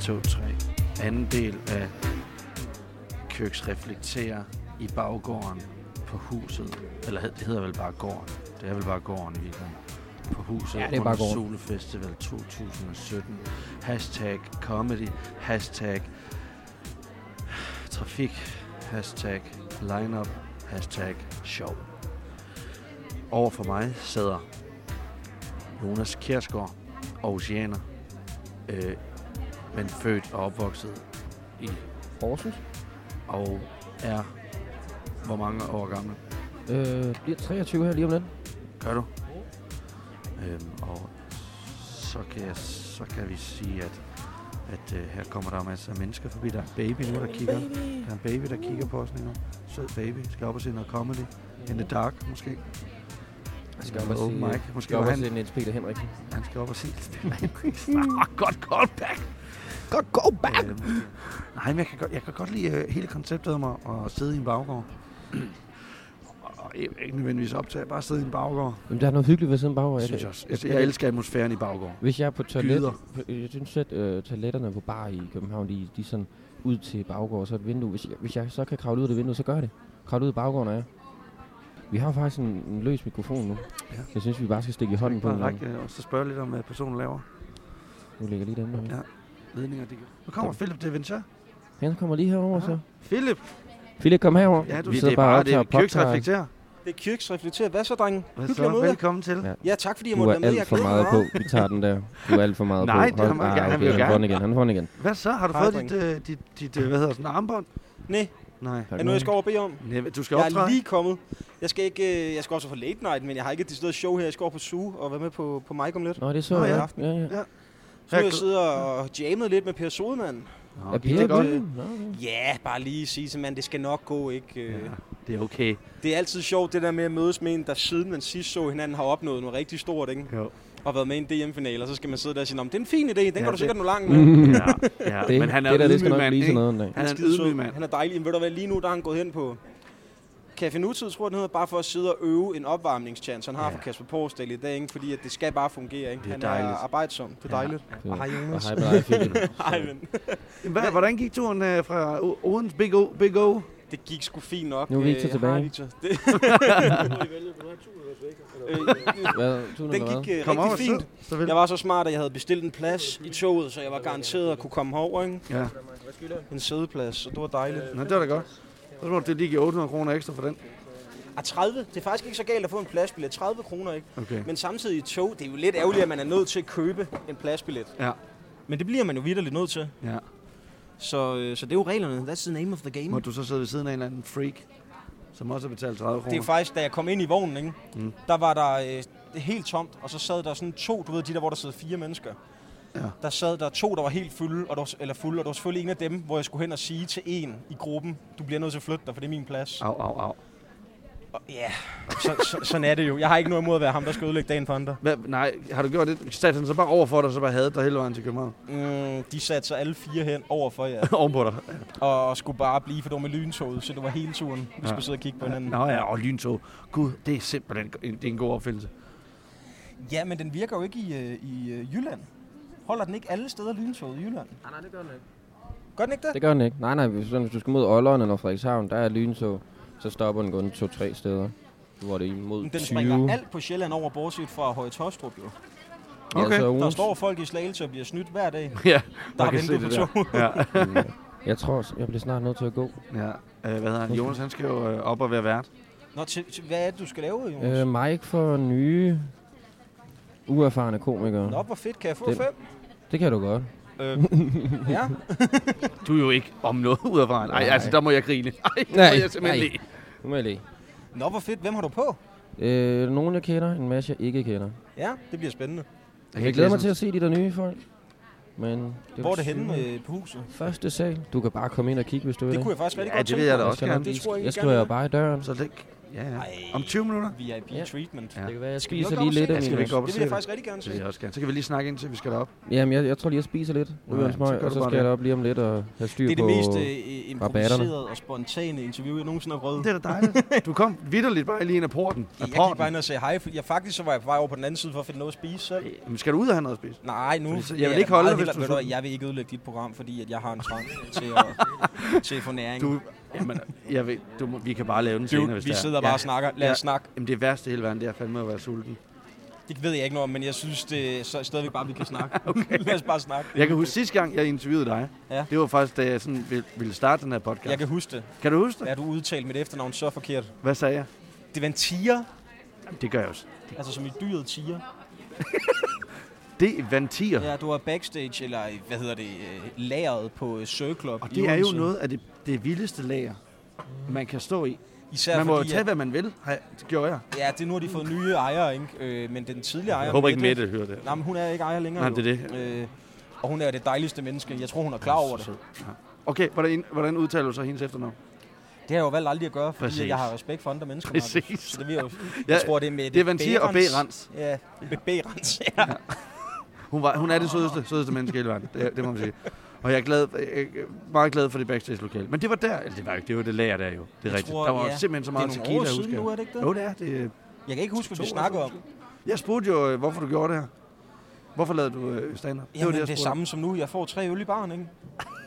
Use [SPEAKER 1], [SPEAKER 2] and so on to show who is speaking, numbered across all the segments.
[SPEAKER 1] tog 3. Anden del af Kyrks reflekterer i baggården på huset. Eller hed- det hedder vel bare gården. Det er vel bare gården i virkeligheden. På huset
[SPEAKER 2] Ja, det er
[SPEAKER 1] under
[SPEAKER 2] bare gården.
[SPEAKER 1] Sole Festival 2017. Hashtag comedy. Hashtag trafik. Hashtag lineup. Hashtag show. Over for mig sidder Jonas Kjærsgaard, oceaner, øh, men født og opvokset i,
[SPEAKER 2] Horsens.
[SPEAKER 1] og er hvor mange år gammel?
[SPEAKER 2] Øh, bliver 23 her lige om lidt.
[SPEAKER 1] Gør du? Øhm, og så kan, jeg, så kan vi sige, at, at øh, her kommer der masser af mennesker forbi. Der er en baby nu, der kigger. Der er en baby, der kigger på os lige nu. Sød baby. Skal op og se noget comedy. In the dark, måske.
[SPEAKER 2] Jeg skal op og
[SPEAKER 1] Open
[SPEAKER 2] se,
[SPEAKER 1] mic.
[SPEAKER 2] jeg
[SPEAKER 1] Måske
[SPEAKER 2] skal op
[SPEAKER 1] var
[SPEAKER 2] og
[SPEAKER 1] han-
[SPEAKER 2] se Niels Peter Henriksen.
[SPEAKER 1] Han skal op og se Stella Henriksen. Ah, godt callback.
[SPEAKER 2] Godt go
[SPEAKER 1] Øh, måske. nej, men jeg kan, godt, jeg kan godt lide øh, hele konceptet om at, at sidde i en baggård. og, og ikke ikke nødvendigvis optage, bare sidde i en baggård.
[SPEAKER 2] Jamen, der er noget hyggeligt ved siden bagover.
[SPEAKER 1] Jeg, synes jeg, også. jeg, jeg elsker atmosfæren i baggården.
[SPEAKER 2] Hvis jeg er på toilet,
[SPEAKER 1] Gyder.
[SPEAKER 2] jeg synes, at øh, toiletterne på bar i København, de, de er sådan ud til baggård, og så et vindue. Hvis jeg, hvis jeg så kan kravle ud af det vindue, så gør jeg det. Kravle ud af baggården er jeg. Vi har faktisk en, en løs mikrofon nu.
[SPEAKER 1] Ja.
[SPEAKER 2] Ja. Jeg synes, vi bare skal stikke i hånden på
[SPEAKER 1] Bare
[SPEAKER 2] den.
[SPEAKER 1] række øh, og så spørge lidt om, hvad personen laver.
[SPEAKER 2] Nu ligger lige den der.
[SPEAKER 1] Ja. Ledninger, de Nu kommer Philip de Vincher.
[SPEAKER 2] Han kommer lige herover så.
[SPEAKER 1] Philip!
[SPEAKER 2] Philip, kom herover.
[SPEAKER 1] Ja, du
[SPEAKER 2] Vi
[SPEAKER 1] det
[SPEAKER 2] sidder
[SPEAKER 1] er bare,
[SPEAKER 2] bare
[SPEAKER 1] det er
[SPEAKER 2] og
[SPEAKER 1] Kyrks
[SPEAKER 2] optager.
[SPEAKER 1] reflekterer.
[SPEAKER 3] Det er Kirks reflekteret. Hvad så, drenge?
[SPEAKER 1] Hvad
[SPEAKER 3] Hyggeligt
[SPEAKER 1] så?
[SPEAKER 3] at møde jer.
[SPEAKER 1] Velkommen til.
[SPEAKER 2] Ja.
[SPEAKER 3] Ja, tak fordi jeg
[SPEAKER 2] Du
[SPEAKER 3] måtte være
[SPEAKER 2] er
[SPEAKER 3] med. Jeg
[SPEAKER 2] alt for
[SPEAKER 3] glæder
[SPEAKER 2] meget
[SPEAKER 3] mig
[SPEAKER 2] på.
[SPEAKER 3] meget.
[SPEAKER 2] Vi tager den der. Du er alt for meget
[SPEAKER 1] Nej,
[SPEAKER 2] på. Ah,
[SPEAKER 1] det har man gerne. Han vil
[SPEAKER 2] okay,
[SPEAKER 1] jo
[SPEAKER 2] han får den igen. Han får den igen.
[SPEAKER 1] Hvad så? Har du
[SPEAKER 3] Hej,
[SPEAKER 1] fået dit,
[SPEAKER 3] dreng.
[SPEAKER 1] øh, dit, dit, øh, hvad hedder sådan, armbånd?
[SPEAKER 3] Nej,
[SPEAKER 1] Nej.
[SPEAKER 2] Har
[SPEAKER 3] er
[SPEAKER 2] du
[SPEAKER 3] det noget, jeg
[SPEAKER 2] den?
[SPEAKER 3] skal over og bede om?
[SPEAKER 1] Nej, du skal
[SPEAKER 3] Jeg er
[SPEAKER 1] optræde.
[SPEAKER 3] lige kommet. Jeg skal ikke, øh, jeg skal også på late night, men jeg har ikke et decideret show her. Jeg skal over på Zoo og være med på, på mic om lidt.
[SPEAKER 2] Nå, det så
[SPEAKER 1] Nå,
[SPEAKER 2] jeg.
[SPEAKER 1] ja.
[SPEAKER 2] Ja, ja. ja.
[SPEAKER 3] Så nu jeg
[SPEAKER 1] Her-
[SPEAKER 3] sidder og jammet lidt med Per Sodemann.
[SPEAKER 1] Nå,
[SPEAKER 2] Er
[SPEAKER 1] gik
[SPEAKER 2] Pia
[SPEAKER 1] det godt?
[SPEAKER 2] Bølle? Nå, okay.
[SPEAKER 3] Ja, bare lige sige til mand, det skal nok gå, ikke?
[SPEAKER 1] Ja,
[SPEAKER 3] Ja.
[SPEAKER 1] det er okay.
[SPEAKER 3] Det er altid sjovt, det der med at mødes med en, der siden man sidst så hinanden, har opnået noget rigtig stort, ikke?
[SPEAKER 1] Jo.
[SPEAKER 3] Og været med i en DM-finale, og så skal man sidde der og sige, "Nå, men det er en fin idé, den
[SPEAKER 1] Ja,
[SPEAKER 3] ja, går du
[SPEAKER 1] det-
[SPEAKER 3] sikkert nå langt med.
[SPEAKER 1] Ja, ja.
[SPEAKER 2] Det,
[SPEAKER 1] men han er
[SPEAKER 2] det der, det skal
[SPEAKER 1] ydmyg
[SPEAKER 2] nok
[SPEAKER 1] mand,
[SPEAKER 2] blive sådan
[SPEAKER 1] ikke?
[SPEAKER 2] noget en dag.
[SPEAKER 1] Han er en
[SPEAKER 3] skidesød.
[SPEAKER 1] ydmyg mand.
[SPEAKER 3] Han er dejlig. Men ved du hvad, lige nu der er han gået hen på Café Nutid, tror jeg, den hedder, bare for at sidde og øve en opvarmningschance, han har
[SPEAKER 1] Ja.
[SPEAKER 3] ja. for Kasper Porsdal i dag, ikke? fordi at det skal bare fungere. Ikke?
[SPEAKER 1] Det er
[SPEAKER 3] han
[SPEAKER 1] dejligt. altså.
[SPEAKER 3] er arbejdsom. Det er dejligt.
[SPEAKER 2] Ja.
[SPEAKER 3] Og hej,
[SPEAKER 2] Og
[SPEAKER 3] Jonas.
[SPEAKER 2] hej med dig, Philip.
[SPEAKER 3] Hej, men.
[SPEAKER 1] Hvad, hvordan gik turen øh, fra O- Odens Big O? Big o?
[SPEAKER 3] Det gik sgu fint nok.
[SPEAKER 2] Nu er Victor
[SPEAKER 3] Øh, jeg
[SPEAKER 2] tilbage.
[SPEAKER 3] har Victor. Det, øh,
[SPEAKER 2] Hvad? Tusind
[SPEAKER 3] den
[SPEAKER 2] og hvad?
[SPEAKER 3] gik øh,
[SPEAKER 1] Kom op og
[SPEAKER 3] rigtig
[SPEAKER 1] sid.
[SPEAKER 3] fint.
[SPEAKER 1] Så vil.
[SPEAKER 3] Jeg var så smart, at jeg havde bestilt en plads i toget, så jeg var garanteret at kunne komme herover. Ikke?
[SPEAKER 1] Ja.
[SPEAKER 3] En sædeplads, så det var dejligt.
[SPEAKER 1] Nå, det var da godt. Så tror du, det lige giver 800 kroner ekstra for den.
[SPEAKER 3] Ah, 30. Det er faktisk ikke så galt at få en pladsbillet. 30 kroner, ikke?
[SPEAKER 1] Okay.
[SPEAKER 3] Men samtidig i tog, det er jo lidt ærgerligt, at man er nødt til at købe en pladsbillet.
[SPEAKER 1] Ja.
[SPEAKER 3] Men det bliver man jo vidderligt nødt til.
[SPEAKER 1] Ja.
[SPEAKER 3] Så, øh, så det er jo reglerne. That's the name of the game.
[SPEAKER 1] Må du så sidde ved siden af en eller anden freak, som også har betalt 30
[SPEAKER 3] Det er
[SPEAKER 1] kroner?
[SPEAKER 3] faktisk, da jeg kom ind i vognen, ikke?
[SPEAKER 1] Mm.
[SPEAKER 3] Mm. der var der øh, helt tomt, og så sad der sådan to, du ved de der, hvor der sidder fire mennesker.
[SPEAKER 1] Ja.
[SPEAKER 3] Der sad der to, der var helt fulde, og der var, eller fulde, og der var selvfølgelig en af dem, hvor jeg skulle hen og sige til en i gruppen, du bliver nødt til at flytte dig, for det er min plads.
[SPEAKER 1] Au, au, au.
[SPEAKER 3] Og, ja, så, så, sådan er det jo. Jeg har ikke noget imod at være ham, der skal ødelægge dagen for andre.
[SPEAKER 1] Hvad, nej, har du gjort det? Satte han så bare over for dig, så bare havde dig hele vejen til København?
[SPEAKER 3] Mm, de satte sig alle fire hen over for jer,
[SPEAKER 1] Ovenpå dig?
[SPEAKER 3] og, og skulle bare blive, for det var med lyntoget, så det var hele turen, vi
[SPEAKER 1] Ja.
[SPEAKER 3] skulle sidde og kigge på hinanden.
[SPEAKER 1] Nå ja, og lyntog. Gud, det er simpelthen en, det er en god opfindelse.
[SPEAKER 3] Ja, men den virker jo ikke i, øh, i øh, Jylland. Holder den ikke alle steder lyntoget i Jylland?
[SPEAKER 2] Nej, nej, det gør den ikke.
[SPEAKER 3] Gør den ikke det?
[SPEAKER 2] Det gør den ikke. Nej, nej, hvis, hvis du skal mod Ålderen eller Frederikshavn, der er lyntog, så stopper den kun to-tre steder. Hvor det er imod
[SPEAKER 3] Men Den
[SPEAKER 2] 20.
[SPEAKER 3] springer alt på Sjælland over, bortset fra Høje Tostrup, jo.
[SPEAKER 1] Okay.
[SPEAKER 2] så
[SPEAKER 3] Der
[SPEAKER 2] ugens-
[SPEAKER 3] står folk i Slagelse og bliver snydt hver dag.
[SPEAKER 1] Ja,
[SPEAKER 3] Der er vinduet på
[SPEAKER 1] der.
[SPEAKER 3] toget.
[SPEAKER 1] Ja.
[SPEAKER 2] Jeg tror, også, jeg bliver snart nødt til at gå.
[SPEAKER 1] ja. Øh, hvad hedder han? Jonas, han skal jo øh, op og være vært.
[SPEAKER 3] Nå, til, til, hvad er det, du skal lave, Jonas?
[SPEAKER 2] Øh, Mike for nye, uerfarne komikere.
[SPEAKER 3] Nå, hvor fedt. Kan jeg få
[SPEAKER 2] det-
[SPEAKER 3] fem?
[SPEAKER 2] Det kan du godt.
[SPEAKER 3] Øh, ja.
[SPEAKER 1] Du er jo ikke om noget ud af vejen. Nej, altså, der må jeg grine. Ej, der
[SPEAKER 2] Nej,
[SPEAKER 1] må jeg simpelthen
[SPEAKER 2] nej.
[SPEAKER 1] lide.
[SPEAKER 2] Nu må jeg lige.
[SPEAKER 3] Nå, hvor fedt. Hvem har du på?
[SPEAKER 2] Øh, nogen jeg kender, en masse jeg ikke kender.
[SPEAKER 3] Ja, det bliver spændende.
[SPEAKER 1] kan
[SPEAKER 2] Jeg
[SPEAKER 1] ikke
[SPEAKER 2] glæder mig
[SPEAKER 1] læse
[SPEAKER 2] til at se de der nye folk. Men det
[SPEAKER 3] Hvor er det
[SPEAKER 2] syvende.
[SPEAKER 3] henne øh, på huset?
[SPEAKER 2] Første sal. Du kan bare komme ind og kigge, hvis du vil.
[SPEAKER 3] Det kunne jeg faktisk rigtig
[SPEAKER 1] Ja,
[SPEAKER 3] godt
[SPEAKER 1] det
[SPEAKER 3] tænke
[SPEAKER 1] ved jeg
[SPEAKER 3] mig.
[SPEAKER 1] da
[SPEAKER 2] jeg
[SPEAKER 1] også
[SPEAKER 2] skal
[SPEAKER 1] gerne.
[SPEAKER 2] nok-
[SPEAKER 3] Det tror jeg
[SPEAKER 2] Jeg
[SPEAKER 3] ikke
[SPEAKER 2] skriver
[SPEAKER 3] gerne.
[SPEAKER 2] bare i døren.
[SPEAKER 1] Så det, Ja, ja.
[SPEAKER 3] Ej.
[SPEAKER 1] Om 20 minutter.
[SPEAKER 3] VIP
[SPEAKER 2] Ja.
[SPEAKER 3] treatment.
[SPEAKER 1] Ja.
[SPEAKER 2] Det kan være, jeg
[SPEAKER 3] Skal vi
[SPEAKER 2] spiser
[SPEAKER 3] lukke
[SPEAKER 2] lige
[SPEAKER 3] op
[SPEAKER 2] lidt af
[SPEAKER 3] og
[SPEAKER 1] Ja,
[SPEAKER 2] min...
[SPEAKER 1] skal vi gå op og
[SPEAKER 3] Det
[SPEAKER 1] se
[SPEAKER 3] vil jeg
[SPEAKER 1] det?
[SPEAKER 3] faktisk rigtig gerne
[SPEAKER 1] Det vil
[SPEAKER 3] se.
[SPEAKER 1] jeg også gerne. Så kan vi lige snakke indtil vi skal derop.
[SPEAKER 2] Jamen, jeg, jeg tror lige, jeg spiser lidt. Nu er
[SPEAKER 1] Nå,
[SPEAKER 2] en
[SPEAKER 1] ja, så
[SPEAKER 2] smøg,
[SPEAKER 1] gør
[SPEAKER 2] og
[SPEAKER 1] du
[SPEAKER 2] så
[SPEAKER 1] bare
[SPEAKER 2] skal jeg
[SPEAKER 1] det.
[SPEAKER 2] op lige om lidt og have styr
[SPEAKER 3] Det er
[SPEAKER 2] på...
[SPEAKER 3] det mest øh, improviserede
[SPEAKER 2] rabatterne.
[SPEAKER 3] og spontane interview, jeg nogensinde har prøvet.
[SPEAKER 1] Det er da dejligt. Du kom vidderligt bare lige ind ad porten. Af
[SPEAKER 3] Jeg gik bare
[SPEAKER 1] porten.
[SPEAKER 3] ind og sagde hej, for jeg faktisk så var jeg på vej over på den anden side for at finde noget at spise selv.
[SPEAKER 1] Men skal du ud og have noget at spise?
[SPEAKER 3] Nej, nu
[SPEAKER 1] Fordi så- jeg
[SPEAKER 3] vil
[SPEAKER 1] vil
[SPEAKER 3] da
[SPEAKER 1] ikke holde
[SPEAKER 3] meget
[SPEAKER 1] dig, hvis
[SPEAKER 3] hellere-
[SPEAKER 1] du
[SPEAKER 3] ved du
[SPEAKER 1] så-
[SPEAKER 3] hvad, Jeg vil ikke ødelægge dit program, fordi at jeg har en trang til at til fornæring.
[SPEAKER 1] Du, jamen, jeg ved, du, må- vi kan bare lave den senere, hvis
[SPEAKER 3] vi
[SPEAKER 1] det er.
[SPEAKER 3] sidder bare
[SPEAKER 1] Ja.
[SPEAKER 3] og snakker. Lad
[SPEAKER 1] Ja.
[SPEAKER 3] os snakke.
[SPEAKER 1] Jamen det værste i hele verden, det er fandme at være sulten.
[SPEAKER 3] Det ved jeg ikke noget om, men jeg synes det er så stadigvæk bare, vi kan snakke. okay. Lad os bare snakke.
[SPEAKER 1] Jeg kan huske sidste gang, jeg interviewede dig.
[SPEAKER 3] Ja.
[SPEAKER 1] Det var faktisk, da jeg sådan ville, ville starte den her podcast.
[SPEAKER 3] Jeg kan huske det.
[SPEAKER 1] kan du huske det?
[SPEAKER 3] Ja, du udtalte mit efternavn så forkert.
[SPEAKER 1] Hvad sagde jeg?
[SPEAKER 3] Det var en tiger,
[SPEAKER 1] Jamen, det gør jeg også.
[SPEAKER 3] altså som i dyret tiger.
[SPEAKER 1] Det er vantier. Ja.
[SPEAKER 3] Ja, du var backstage, eller i, hvad hedder det, øh, lageret på øh, Sir Club
[SPEAKER 1] Og
[SPEAKER 3] i
[SPEAKER 1] det er jo
[SPEAKER 3] Odense.
[SPEAKER 1] noget af det, det vildeste lager, man kan stå i.
[SPEAKER 3] Især
[SPEAKER 1] man må jo
[SPEAKER 3] fordi,
[SPEAKER 1] tage,
[SPEAKER 3] at,
[SPEAKER 1] hvad man vil. Har jeg- Det gjorde jeg.
[SPEAKER 3] Ja, det er nu har de fået nye ejere, ikke? Øh, men den tidligere ejer...
[SPEAKER 1] hører det.
[SPEAKER 3] Nej, men hun er ikke ejer længere.
[SPEAKER 1] Nej, det er
[SPEAKER 3] jo. Øh, og hun er det dejligste menneske. Jeg tror, hun er klar over det.
[SPEAKER 1] Ja. Okay, hvordan, hvordan udtaler du så hendes efternavn?
[SPEAKER 3] Det har jeg jo valgt aldrig at gøre, fordi
[SPEAKER 1] Præcis.
[SPEAKER 3] Præcis. jeg har respekt for andre mennesker. Markus.
[SPEAKER 1] Præcis.
[SPEAKER 3] Så det vil jeg jo...
[SPEAKER 1] Ja,
[SPEAKER 3] Jeg tror, det er med
[SPEAKER 1] det er Vantier og B-Rans.
[SPEAKER 3] Ja, med B-Rans, ja.
[SPEAKER 1] Hun, var, hun er det sødeste, sødeste menneske i hele verden. Det, det må man sige. Og jeg er, glad, jeg er meget glad for det backstage-lokale. Men det var der. Eller det var jo ikke. Det var det lager der jo. Det er
[SPEAKER 3] Jeg
[SPEAKER 1] rigtigt.
[SPEAKER 3] tror,
[SPEAKER 1] der var
[SPEAKER 3] ja.
[SPEAKER 1] simpelthen så
[SPEAKER 3] Det er
[SPEAKER 1] meget
[SPEAKER 3] nogle år
[SPEAKER 1] tequila,
[SPEAKER 3] siden
[SPEAKER 1] husker
[SPEAKER 3] nu,
[SPEAKER 1] jeg.
[SPEAKER 3] er det ikke det?
[SPEAKER 1] Jo, det er. Det, er-
[SPEAKER 3] Jeg kan ikke huske, hvad vi
[SPEAKER 1] To år
[SPEAKER 3] snakker om.
[SPEAKER 1] jeg spurgte jo, øh, hvorfor du gjorde det her. Hvorfor lavede du øh, stand-up?
[SPEAKER 3] Jamen, det,
[SPEAKER 1] jeg
[SPEAKER 3] det er
[SPEAKER 1] spurgte om.
[SPEAKER 3] samme som nu. Jeg får tre øl i baren, ikke?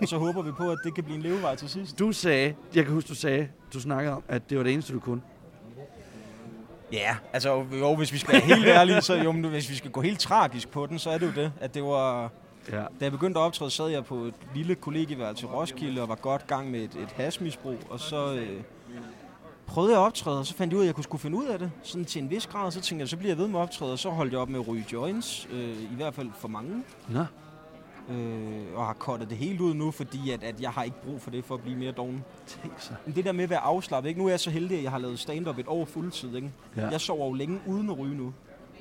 [SPEAKER 3] Og så håber vi på, at det kan blive en levevej til sidst.
[SPEAKER 1] Du sagde, jeg kan huske, du sagde, du snakkede om, at det var det eneste, du kunne.
[SPEAKER 3] Ja, altså jo, hvis vi skal være helt ærlige, så jo, men hvis vi skal gå helt tragisk på den, så er det jo det, at det var...
[SPEAKER 1] Ja.
[SPEAKER 3] Da jeg begyndte at optræde, sad jeg på et lille kollegieværelse i Roskilde og var godt i gang med et, et hasmisbrug, og så øh, prøvede jeg at optræde, og så fandt jeg ud af, at jeg kunne skulle finde ud af det, sådan til en vis grad, og så tænkte jeg, så bliver jeg ved med at optræde, og så holdt jeg op med at ryge joints, øh, i hvert fald for mange,
[SPEAKER 1] Nå,
[SPEAKER 3] øh, og har kottet det helt ud nu, fordi at, at jeg har ikke brug for det for at blive mere doven.
[SPEAKER 1] tænk så.
[SPEAKER 3] Men det der med at være afslappet, ikke? nu er jeg så heldig, at jeg har lavet stand-up et år fuldtid, ikke?
[SPEAKER 1] Ja.
[SPEAKER 3] Jeg sover jo længe uden at ryge nu,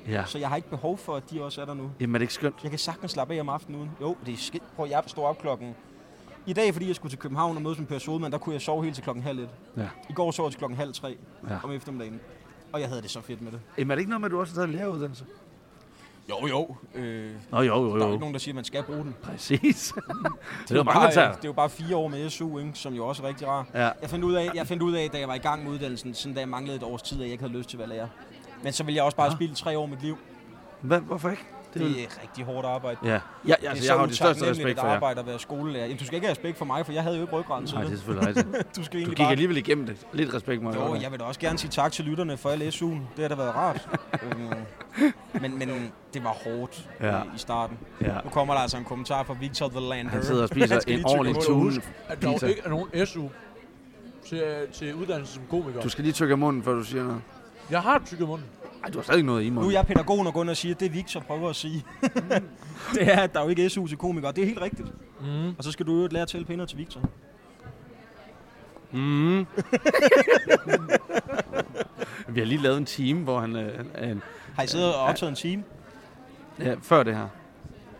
[SPEAKER 1] Ja.
[SPEAKER 3] så jeg har ikke behov for, at de også er der nu.
[SPEAKER 1] Jamen, er det ikke skønt?
[SPEAKER 3] Jeg kan sagtens slappe af om aftenen uden. Jo, det er skidt. Prøv, jeg stod op klokken. I dag, fordi jeg skulle til København og mødes med Per Sodemann, der kunne jeg sove helt til klokken halv et.
[SPEAKER 1] Ja.
[SPEAKER 3] I går sov jeg til klokken halv tre
[SPEAKER 1] Ja.
[SPEAKER 3] ja. om eftermiddagen. Og jeg havde det så fedt med det.
[SPEAKER 1] Jamen, er det ikke noget med, at du også har taget en læreruddannelse?
[SPEAKER 3] Jo, jo. Øh,
[SPEAKER 1] Nå, jo, jo,
[SPEAKER 3] der er jo
[SPEAKER 1] jo.
[SPEAKER 3] ikke nogen, der siger, at man skal bruge den.
[SPEAKER 1] Præcis. det er jo mange, der
[SPEAKER 3] jo bare,
[SPEAKER 1] tager.
[SPEAKER 3] øh, det er jo bare fire år med SU, ikke? som jo også er rigtig rar.
[SPEAKER 1] Ja.
[SPEAKER 3] Jeg fandt, ud af, jeg fandt ud af, da jeg var i gang med uddannelsen, sådan, da jeg manglede et års tid, at jeg ikke havde lyst til at være lærer. Men så ville jeg også bare
[SPEAKER 1] Ja.
[SPEAKER 3] ja. spille tre år af mit liv.
[SPEAKER 1] Hvad, hvorfor ikke?
[SPEAKER 3] Det, det er rigtig hårdt arbejde.
[SPEAKER 1] Ja, ja jeg, altså, jeg har jo det største respekt for jer.
[SPEAKER 3] arbejde at være skolelærer. Jamen, du skal ikke have respekt for mig, for jeg havde jo ikke ryggraden til
[SPEAKER 1] Nej, det er
[SPEAKER 3] det.
[SPEAKER 1] selvfølgelig rigtigt.
[SPEAKER 3] Du skal
[SPEAKER 1] Du
[SPEAKER 3] egentlig
[SPEAKER 1] gik
[SPEAKER 3] bare
[SPEAKER 1] alligevel igennem det. Lidt respekt må jeg
[SPEAKER 3] Jo,
[SPEAKER 1] godt have.
[SPEAKER 3] jeg vil da også gerne sige tak til lytterne for alle SU'en. Det har da været rart. Øhm, men, men det var hårdt
[SPEAKER 1] Ja.
[SPEAKER 3] ja. i starten.
[SPEAKER 1] Ja.
[SPEAKER 3] Nu kommer der altså en kommentar fra Victor The Lander.
[SPEAKER 1] Han sidder og spiser
[SPEAKER 3] Han skal
[SPEAKER 1] en
[SPEAKER 3] lige tygge
[SPEAKER 1] ordentlig
[SPEAKER 3] på det.
[SPEAKER 1] tune.
[SPEAKER 4] at der jo
[SPEAKER 1] Pizza.
[SPEAKER 4] ikke er nogen SU til, til uddannelse som komiker.
[SPEAKER 1] Du skal lige tykke af munden, før du siger noget.
[SPEAKER 4] Jeg har tykket munden.
[SPEAKER 1] Ej, du har stadig noget i
[SPEAKER 3] Nu er
[SPEAKER 1] munden.
[SPEAKER 3] jeg pædagogen og går ind og siger, at det Victor prøver at sige, det er, at der er jo ikke SU til komikere. Det er helt rigtigt.
[SPEAKER 4] Mm.
[SPEAKER 3] Og så skal du jo lære at tælle pænder til Victor.
[SPEAKER 2] Mm-hmm.
[SPEAKER 1] Mm. Vi har lige lavet en time, hvor han... Øh, han- han
[SPEAKER 3] Har I siddet og optaget en time?
[SPEAKER 1] ja, før det her.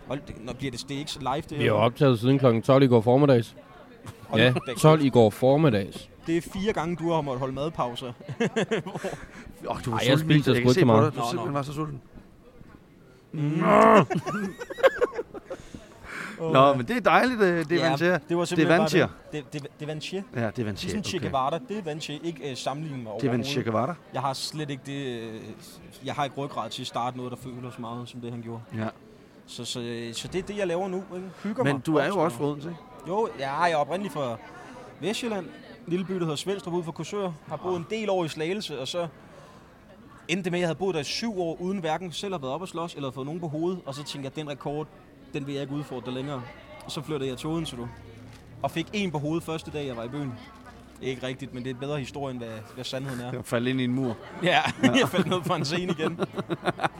[SPEAKER 3] Hold, det, når bliver det, det er ikke så live, det
[SPEAKER 2] Vi har
[SPEAKER 3] her.
[SPEAKER 2] optaget siden kl. 12 i går formiddags.
[SPEAKER 3] Hold
[SPEAKER 2] Ja,
[SPEAKER 3] da kæft.
[SPEAKER 2] 12 i går formiddags.
[SPEAKER 3] Det er fire gange, du har måttet holde madpauser.
[SPEAKER 1] Åh, du var
[SPEAKER 2] Ej,
[SPEAKER 1] sulten,
[SPEAKER 2] jeg spiser
[SPEAKER 1] Victor.
[SPEAKER 2] sgu ikke så
[SPEAKER 1] dig.
[SPEAKER 2] meget.
[SPEAKER 1] Du
[SPEAKER 3] Nå, nå.
[SPEAKER 1] simpelthen var så sulten.
[SPEAKER 3] Mm.
[SPEAKER 1] Nå, men det er dejligt, øh, det er ja. vantier.
[SPEAKER 3] det var simpelthen bare
[SPEAKER 1] Vantier.
[SPEAKER 3] Det, det, det, det er Vantier.
[SPEAKER 1] Ja, det er
[SPEAKER 3] Det er
[SPEAKER 1] vantier.
[SPEAKER 3] sådan Che
[SPEAKER 1] Okay.
[SPEAKER 3] Guevara, det er Vanche, ikke øh, sammenlignet med
[SPEAKER 1] Det er
[SPEAKER 3] overhovedet.
[SPEAKER 1] vantier Guevara.
[SPEAKER 3] Jeg har slet ikke det, øh, jeg har ikke ryggrad til at starte noget, der føler så meget, som det han gjorde.
[SPEAKER 1] Ja.
[SPEAKER 3] Så, så, øh, så det er det, jeg laver nu. Ikke? Hygger
[SPEAKER 1] Men
[SPEAKER 3] mig.
[SPEAKER 1] du er jo
[SPEAKER 3] Optræder.
[SPEAKER 1] også fra Odense, ikke?
[SPEAKER 3] Jo, ja, jeg er oprindelig fra Vestjylland, en lille by, der hedder Svendstrup ude for Korsør. Har boet en del år i Slagelse, og så endte det med, at jeg havde boet der i syv år, uden hverken selv at have været op og slås, eller fået nogen på hovedet. Og så tænkte jeg, at den rekord, den vil jeg ikke udfordre længere. Og så flyttede jeg til Odense, du. Og fik en på hovedet første dag, jeg var i byen. Ikke rigtigt, men det er en bedre historie, end hvad, hvad sandheden er.
[SPEAKER 1] Jeg faldt ind i en mur.
[SPEAKER 3] Ja, jeg faldt ned fra en scene igen.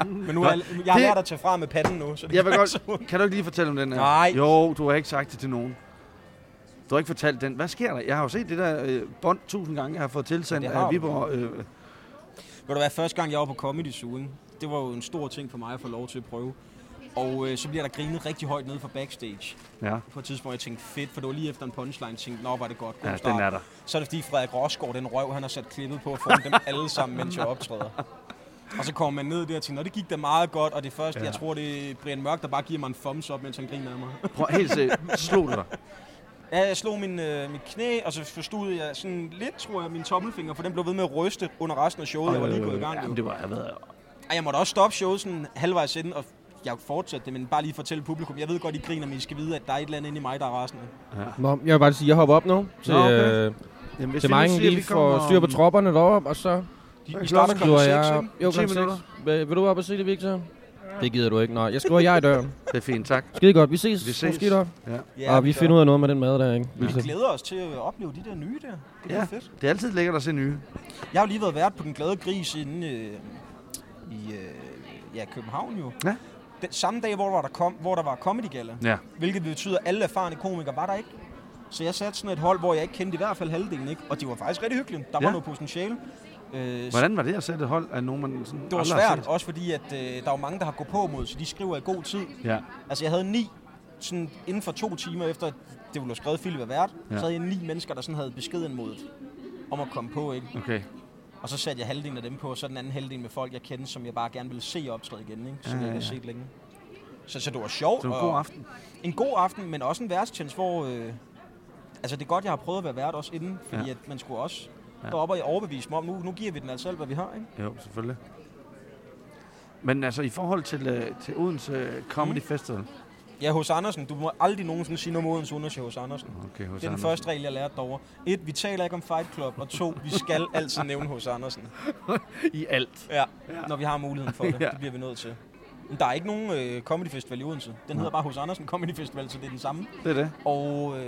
[SPEAKER 3] Men nu har jeg, jeg har
[SPEAKER 1] det-
[SPEAKER 3] lært at tage fra med patten nu, så det
[SPEAKER 1] Jeg vil
[SPEAKER 3] gør ikke så ondt.
[SPEAKER 1] godt... Kan du ikke lige fortælle om den her?
[SPEAKER 3] Nej.
[SPEAKER 1] Jo, du har ikke sagt det til nogen. Du har ikke fortalt den. Hvad sker der? Jeg har jo set det der øh, bånd tusind gange, jeg har fået tilsendt
[SPEAKER 3] Ja, det har
[SPEAKER 1] af
[SPEAKER 3] du.
[SPEAKER 1] Viborg. Øh,
[SPEAKER 3] Ved du hvad, første gang jeg var på Comedy Zoo, ikke? det var jo en stor ting for mig at få lov til at prøve. Og øh, så bliver der grinet rigtig højt nede fra backstage.
[SPEAKER 1] Ja,
[SPEAKER 3] På et tidspunkt, jeg tænkte, fedt, for det var lige efter en punchline, jeg tænkte, nå, var det godt, god
[SPEAKER 1] ja
[SPEAKER 3] start.
[SPEAKER 1] den er der.
[SPEAKER 3] Så er det fordi Frederik Rosgaard, den røv, han har sat klippet på foran dem alle sammen, mens jeg optræder. Og så kommer man ned der til, når det gik da meget godt, og det første,
[SPEAKER 1] Ja.
[SPEAKER 3] ja. jeg tror, det er Brian Mørk, der bare giver mig en thumbs up, mens han griner af mig.
[SPEAKER 1] Prøv helt seriøst, slog det dig?
[SPEAKER 3] Ja, jeg slog min, øh, mit knæ, og så forstod jeg sådan lidt, tror jeg, min tommelfinger, for den blev ved med at ryste under resten af showet. Jeg var lige gået i gang.
[SPEAKER 1] Jamen,
[SPEAKER 3] jo.
[SPEAKER 1] det var, jeg ved,
[SPEAKER 3] Ej, jeg måtte også stoppe showet sådan halvvejs inden, og jeg fortsatte det, men bare lige fortælle publikum, jeg ved godt, I griner, men I skal vide, at der er et eller andet inde i mig, der er rasende.
[SPEAKER 2] Nå, jeg vil bare sige, at jeg hopper op nu til,
[SPEAKER 1] Nå,
[SPEAKER 2] Nå,
[SPEAKER 1] okay.
[SPEAKER 2] okay. øh, til mange lige for styr på tropperne deroppe, og så
[SPEAKER 3] De,
[SPEAKER 1] Klokken
[SPEAKER 3] I starter
[SPEAKER 1] er
[SPEAKER 3] klokken
[SPEAKER 2] skriver
[SPEAKER 3] 6,
[SPEAKER 2] jeg...
[SPEAKER 3] ikke?
[SPEAKER 2] Jo,
[SPEAKER 1] 10
[SPEAKER 2] klokken
[SPEAKER 1] minutter.
[SPEAKER 2] 6. Vil, vil du op og se det, Victor? Det gider du ikke. Nej, jeg skriver jeg i døren.
[SPEAKER 1] Det er fint, tak.
[SPEAKER 2] Skide godt, vi ses.
[SPEAKER 1] Vi ses.
[SPEAKER 2] Måske deroppe.
[SPEAKER 1] Ja.
[SPEAKER 2] Ja, og vi
[SPEAKER 3] gør.
[SPEAKER 2] finder ud af noget med den mad der, ikke?
[SPEAKER 1] Ja.
[SPEAKER 3] Vi glæder os til at opleve de der nye der. Det
[SPEAKER 1] Ja.
[SPEAKER 3] er ja. fedt.
[SPEAKER 1] Det er altid lækkert at se nye.
[SPEAKER 3] Jeg har jo lige været vært på Den Glade Gris inde øh, i øh, ja, København jo.
[SPEAKER 1] Ja.
[SPEAKER 3] Den samme dag, hvor der, var- der kom, hvor der var Comedy Gala.
[SPEAKER 1] Ja.
[SPEAKER 3] Hvilket betyder, at alle erfarne komikere var der ikke. Så jeg satte sådan et hold, hvor jeg ikke kendte i hvert fald halvdelen, ikke? Og de var faktisk rigtig hyggelige. Der ja.
[SPEAKER 1] Ja.
[SPEAKER 3] var noget potentiale. Øh,
[SPEAKER 1] Hvordan var det at sætte et hold af nogen, man sådan
[SPEAKER 3] det var
[SPEAKER 1] aldrig har
[SPEAKER 3] svært,
[SPEAKER 1] set?
[SPEAKER 3] også fordi at, øh, der var mange, der har gået på mod, så de skriver i god tid.
[SPEAKER 1] Ja.
[SPEAKER 3] Altså, jeg havde ni, sådan inden for to timer efter, at det blev skrevet, at Philip er vært,
[SPEAKER 1] Ja.
[SPEAKER 3] ja. så havde jeg ni mennesker, der sådan havde beskeden mod om at komme på, ikke?
[SPEAKER 1] Okay.
[SPEAKER 3] Og så satte jeg halvdelen af dem på, og så den anden halvdel med folk, jeg kendte, som jeg bare gerne ville se optræde igen, ikke? Som
[SPEAKER 1] Ja,
[SPEAKER 3] ja, jeg
[SPEAKER 1] ja,
[SPEAKER 3] ikke har
[SPEAKER 1] ja.
[SPEAKER 3] set længe. Så, så det var sjovt.
[SPEAKER 1] Det var en
[SPEAKER 3] og-
[SPEAKER 1] god aften.
[SPEAKER 3] En god aften, men også en værtstjeneste, hvor... Øh, altså, det er godt, jeg har prøvet at være vært også inden, fordi
[SPEAKER 1] Ja.
[SPEAKER 3] ja. at man skulle også
[SPEAKER 1] Ja.
[SPEAKER 3] ja. deroppe og overbevise mig om, nu, nu giver vi den altså alt, hvad vi har, ikke?
[SPEAKER 1] Jo, selvfølgelig. Men altså, i forhold til, øh, til Odense Comedy mm. Festival.
[SPEAKER 3] Ja, hos Andersen. Du må aldrig nogensinde sige noget mod en undersøg hos Andersen.
[SPEAKER 1] Okay, hos
[SPEAKER 3] Det er den
[SPEAKER 1] Anders.
[SPEAKER 3] første regel, jeg lærte derovre. Et, vi taler ikke om Fight Club, og to, vi skal altid nævne hos Andersen.
[SPEAKER 1] I alt.
[SPEAKER 3] Ja,
[SPEAKER 1] Ja.
[SPEAKER 3] ja, når vi har muligheden for det.
[SPEAKER 1] Ja.
[SPEAKER 3] ja. Det bliver vi nødt til. Men der er ikke nogen øh, Comedy Festival i Odense. Den hedder bare hos Andersen Comedy Festival, så det er den samme.
[SPEAKER 1] Det er det.
[SPEAKER 3] Og øh,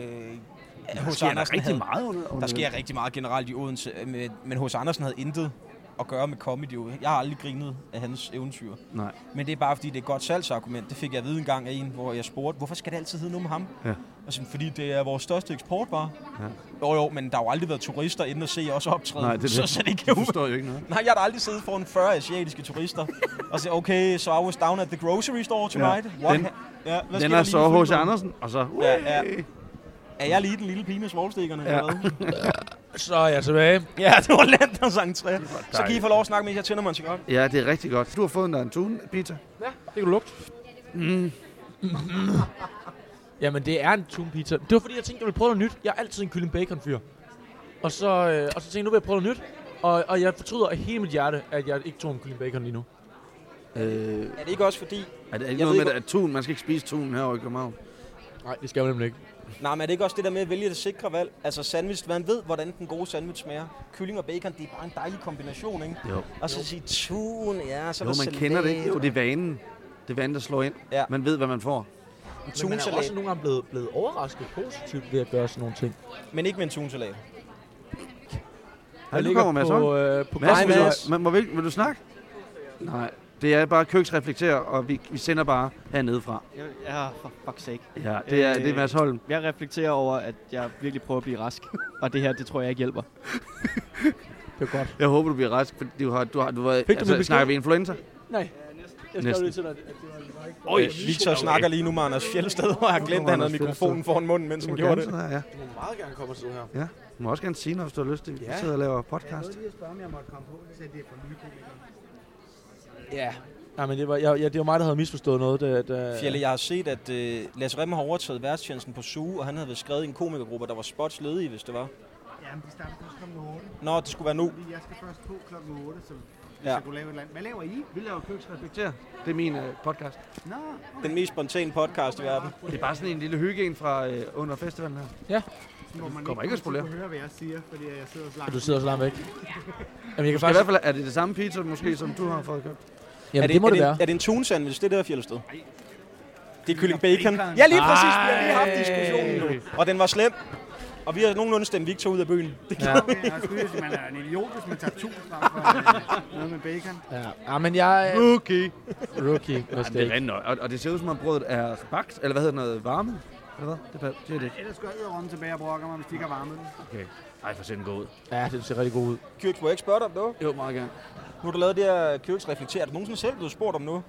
[SPEAKER 1] Der
[SPEAKER 3] hos
[SPEAKER 1] sker der
[SPEAKER 3] Andersen
[SPEAKER 1] rigtig
[SPEAKER 3] havde,
[SPEAKER 1] meget under, under
[SPEAKER 3] der sker rigtig meget generelt i Odense, øh, med- men hos Andersen havde intet at gøre med comedy. jo. Jeg har aldrig grinet af hans eventyr.
[SPEAKER 1] Nej.
[SPEAKER 3] Men det er bare fordi, det er et godt salgsargument. Det fik jeg at vide en gang af en, hvor jeg spurgte, hvorfor skal det altid hedde noget med ham?
[SPEAKER 1] Ja.
[SPEAKER 3] Og sådan, fordi det er vores største eksportvare.
[SPEAKER 1] Ja.
[SPEAKER 3] Jo jo, men der har jo aldrig været turister inde og se os optræde.
[SPEAKER 1] Nej, det er det.
[SPEAKER 3] Så, så det
[SPEAKER 1] Du
[SPEAKER 3] kan jo
[SPEAKER 1] forstår jo ikke noget.
[SPEAKER 3] Nej, jeg har da aldrig siddet foran 40 asiatiske turister og sagt, okay, so I was down at the grocery store tonight.
[SPEAKER 1] Ja.
[SPEAKER 3] What
[SPEAKER 1] Den-
[SPEAKER 3] ha- ja, hvad sker
[SPEAKER 1] Den
[SPEAKER 3] der
[SPEAKER 1] er
[SPEAKER 3] lige
[SPEAKER 1] så
[SPEAKER 3] i
[SPEAKER 1] hos
[SPEAKER 3] Fynboen?
[SPEAKER 1] Andersen, og så...
[SPEAKER 3] Ja, ja. Er jeg lige den lille pige med svovlstikkerne?
[SPEAKER 1] Ja.
[SPEAKER 3] Ja. Eller hvad?
[SPEAKER 4] Så er jeg tilbage.
[SPEAKER 3] ja, det var Landers entré. Så kan I
[SPEAKER 1] dejligt.
[SPEAKER 3] få lov at snakke med, at jeg tænder mig en cigaret.
[SPEAKER 1] ja, det er rigtig godt. Du har fået en, en tune pizza.
[SPEAKER 4] Det kan du lugte.
[SPEAKER 1] Mm.
[SPEAKER 4] Jamen, det er en tun pizza. Det var fordi, jeg tænkte, jeg ville prøve noget nyt. Jeg er altid en kylling bacon fyr. Og så, øh, og så tænkte jeg, nu vil jeg prøve noget nyt. Og, og jeg fortryder af hele mit hjerte, at jeg ikke tog en kylling bacon lige nu.
[SPEAKER 1] Øh,
[SPEAKER 3] Er det ikke også fordi...
[SPEAKER 1] er det
[SPEAKER 3] Jeg
[SPEAKER 1] ikke noget
[SPEAKER 3] ved
[SPEAKER 1] med, at tun, man skal ikke spise tun herovre i København?
[SPEAKER 4] Nej, det skal man nemlig ikke.
[SPEAKER 3] Nej, men er det ikke også det der med at vælge det sikre valg? Altså sandwich, man ved, hvordan den gode sandwich smager. Kylling og bacon, det er bare en dejlig kombination, ikke?
[SPEAKER 1] Jo.
[SPEAKER 3] Og så sige tun, ja, så
[SPEAKER 1] Jo,
[SPEAKER 3] er der
[SPEAKER 1] man kender det ikke. Jo,
[SPEAKER 3] salat,
[SPEAKER 1] det er vanen. Det er vanen, der slår ind.
[SPEAKER 3] Ja.
[SPEAKER 1] Man ved, hvad man får.
[SPEAKER 3] og
[SPEAKER 4] Men man er jo
[SPEAKER 3] tunsalat,
[SPEAKER 4] også nogle gange blevet, blevet overrasket positivt ved at gøre sådan nogle ting.
[SPEAKER 3] men ikke med en tunsalat.
[SPEAKER 1] Hej,
[SPEAKER 4] Jeg
[SPEAKER 1] nu
[SPEAKER 4] ligger
[SPEAKER 1] kommer Mads Holm.
[SPEAKER 4] på, øh, på
[SPEAKER 1] Mads,
[SPEAKER 3] Hej,
[SPEAKER 1] vil,
[SPEAKER 3] Mads.
[SPEAKER 1] du, man, må, vil, vil du snakke? Nej, det er bare Køks reflekterer, og vi, vi sender bare hernede fra.
[SPEAKER 5] Jeg, ja, for fuck's sake.
[SPEAKER 1] Ja, det er,
[SPEAKER 5] Øh.
[SPEAKER 1] det er Mads Holm.
[SPEAKER 5] Jeg reflekterer over, at jeg virkelig prøver at blive rask. Og det her, det tror jeg ikke hjælper.
[SPEAKER 4] Det er godt.
[SPEAKER 1] Jeg håber, du bliver rask, for du har, du har, du har
[SPEAKER 4] min
[SPEAKER 1] altså,
[SPEAKER 4] besked?
[SPEAKER 1] snakker vi influenza?
[SPEAKER 4] Nej, jeg skrev
[SPEAKER 1] Næsten.
[SPEAKER 4] lige til dig, at det var- det var ikke...
[SPEAKER 1] Oj,
[SPEAKER 3] Øh, Victor snakker lige nu med Anders Fjeldsted, og har glemt, at han havde mikrofonen foran munden, mens han gjorde det.
[SPEAKER 1] Ja.
[SPEAKER 4] Du må meget gerne komme og sidde her.
[SPEAKER 1] Du må også gerne sige noget, hvis du har lyst til. Vi
[SPEAKER 4] Ja.
[SPEAKER 1] sidder og laver podcast.
[SPEAKER 6] Jeg nåede lige at spørge, om jeg måtte komme på, hvis det er for nye komikere.
[SPEAKER 4] Ja. Nej, men det var, jeg, ja, det var mig, der havde misforstået noget. Da, da...
[SPEAKER 3] Fjelle, jeg har set, at øh, Lasse Remme har overtaget værtstjenesten på Suge, og han havde været skrevet i en komikergruppe, der var spots ledige, hvis det var.
[SPEAKER 6] Jamen, de starter først kl. 8,
[SPEAKER 3] Nå, det skulle være nu.
[SPEAKER 6] fordi jeg skal først på kl. 8, så hvis
[SPEAKER 3] Ja.
[SPEAKER 6] jeg kunne lave et eller andet. Hvad laver I?
[SPEAKER 1] Vi laver Køks reflekterer. Det er min øh, podcast.
[SPEAKER 6] Nå,
[SPEAKER 3] Den mest spontane podcast i verden.
[SPEAKER 1] Det er bare sådan en lille hygge ind fra øh, under festivalen her.
[SPEAKER 6] må man
[SPEAKER 1] kommer ikke at spolere.
[SPEAKER 6] kunne høre, hvad jeg siger, fordi jeg sidder så langt.
[SPEAKER 4] Du sidder så langt væk. Jamen, jeg kan
[SPEAKER 1] Så i hvert
[SPEAKER 4] faktisk...
[SPEAKER 1] fald er det det samme pizza, måske, som du har fået købt.
[SPEAKER 4] Jamen,
[SPEAKER 3] er
[SPEAKER 4] det, det må
[SPEAKER 3] er
[SPEAKER 4] det
[SPEAKER 3] en-
[SPEAKER 4] være.
[SPEAKER 3] Er det en tune sandwich, det der Fjeldsted? Det er kylling bacon. Ja, lige præcis. Vi har lige haft diskussionen nu. Og den var slem. Og vi har nogenlunde stemt Victor ud af byen. Det
[SPEAKER 4] Ja.
[SPEAKER 6] Okay, jeg skulle sige, at man er en idiot, hvis man tager 1000 frem for øh, noget med bacon.
[SPEAKER 4] Ja, ja men jeg...
[SPEAKER 1] Okay.
[SPEAKER 4] Rookie
[SPEAKER 1] Jamen, det er
[SPEAKER 4] mistake.
[SPEAKER 1] rent og, og det ser ud som om brødet er bagt, eller hvad hedder noget, varme? Eller hvad? Det, er- det er det ikke.
[SPEAKER 6] Ellers går jeg æderrommen tilbage og brokker mig, hvis de ikke har varmet den.
[SPEAKER 1] Okay. Ej, for sent gå ud.
[SPEAKER 4] Ja, det ser rigtig godt ud.
[SPEAKER 3] Kyrks, må jeg ikke spørge dig om noget?
[SPEAKER 1] Jo, meget gerne.
[SPEAKER 3] Nu har du lavet det her Kyrks reflekterer. Er du nogensinde selv blevet spurgt om noget?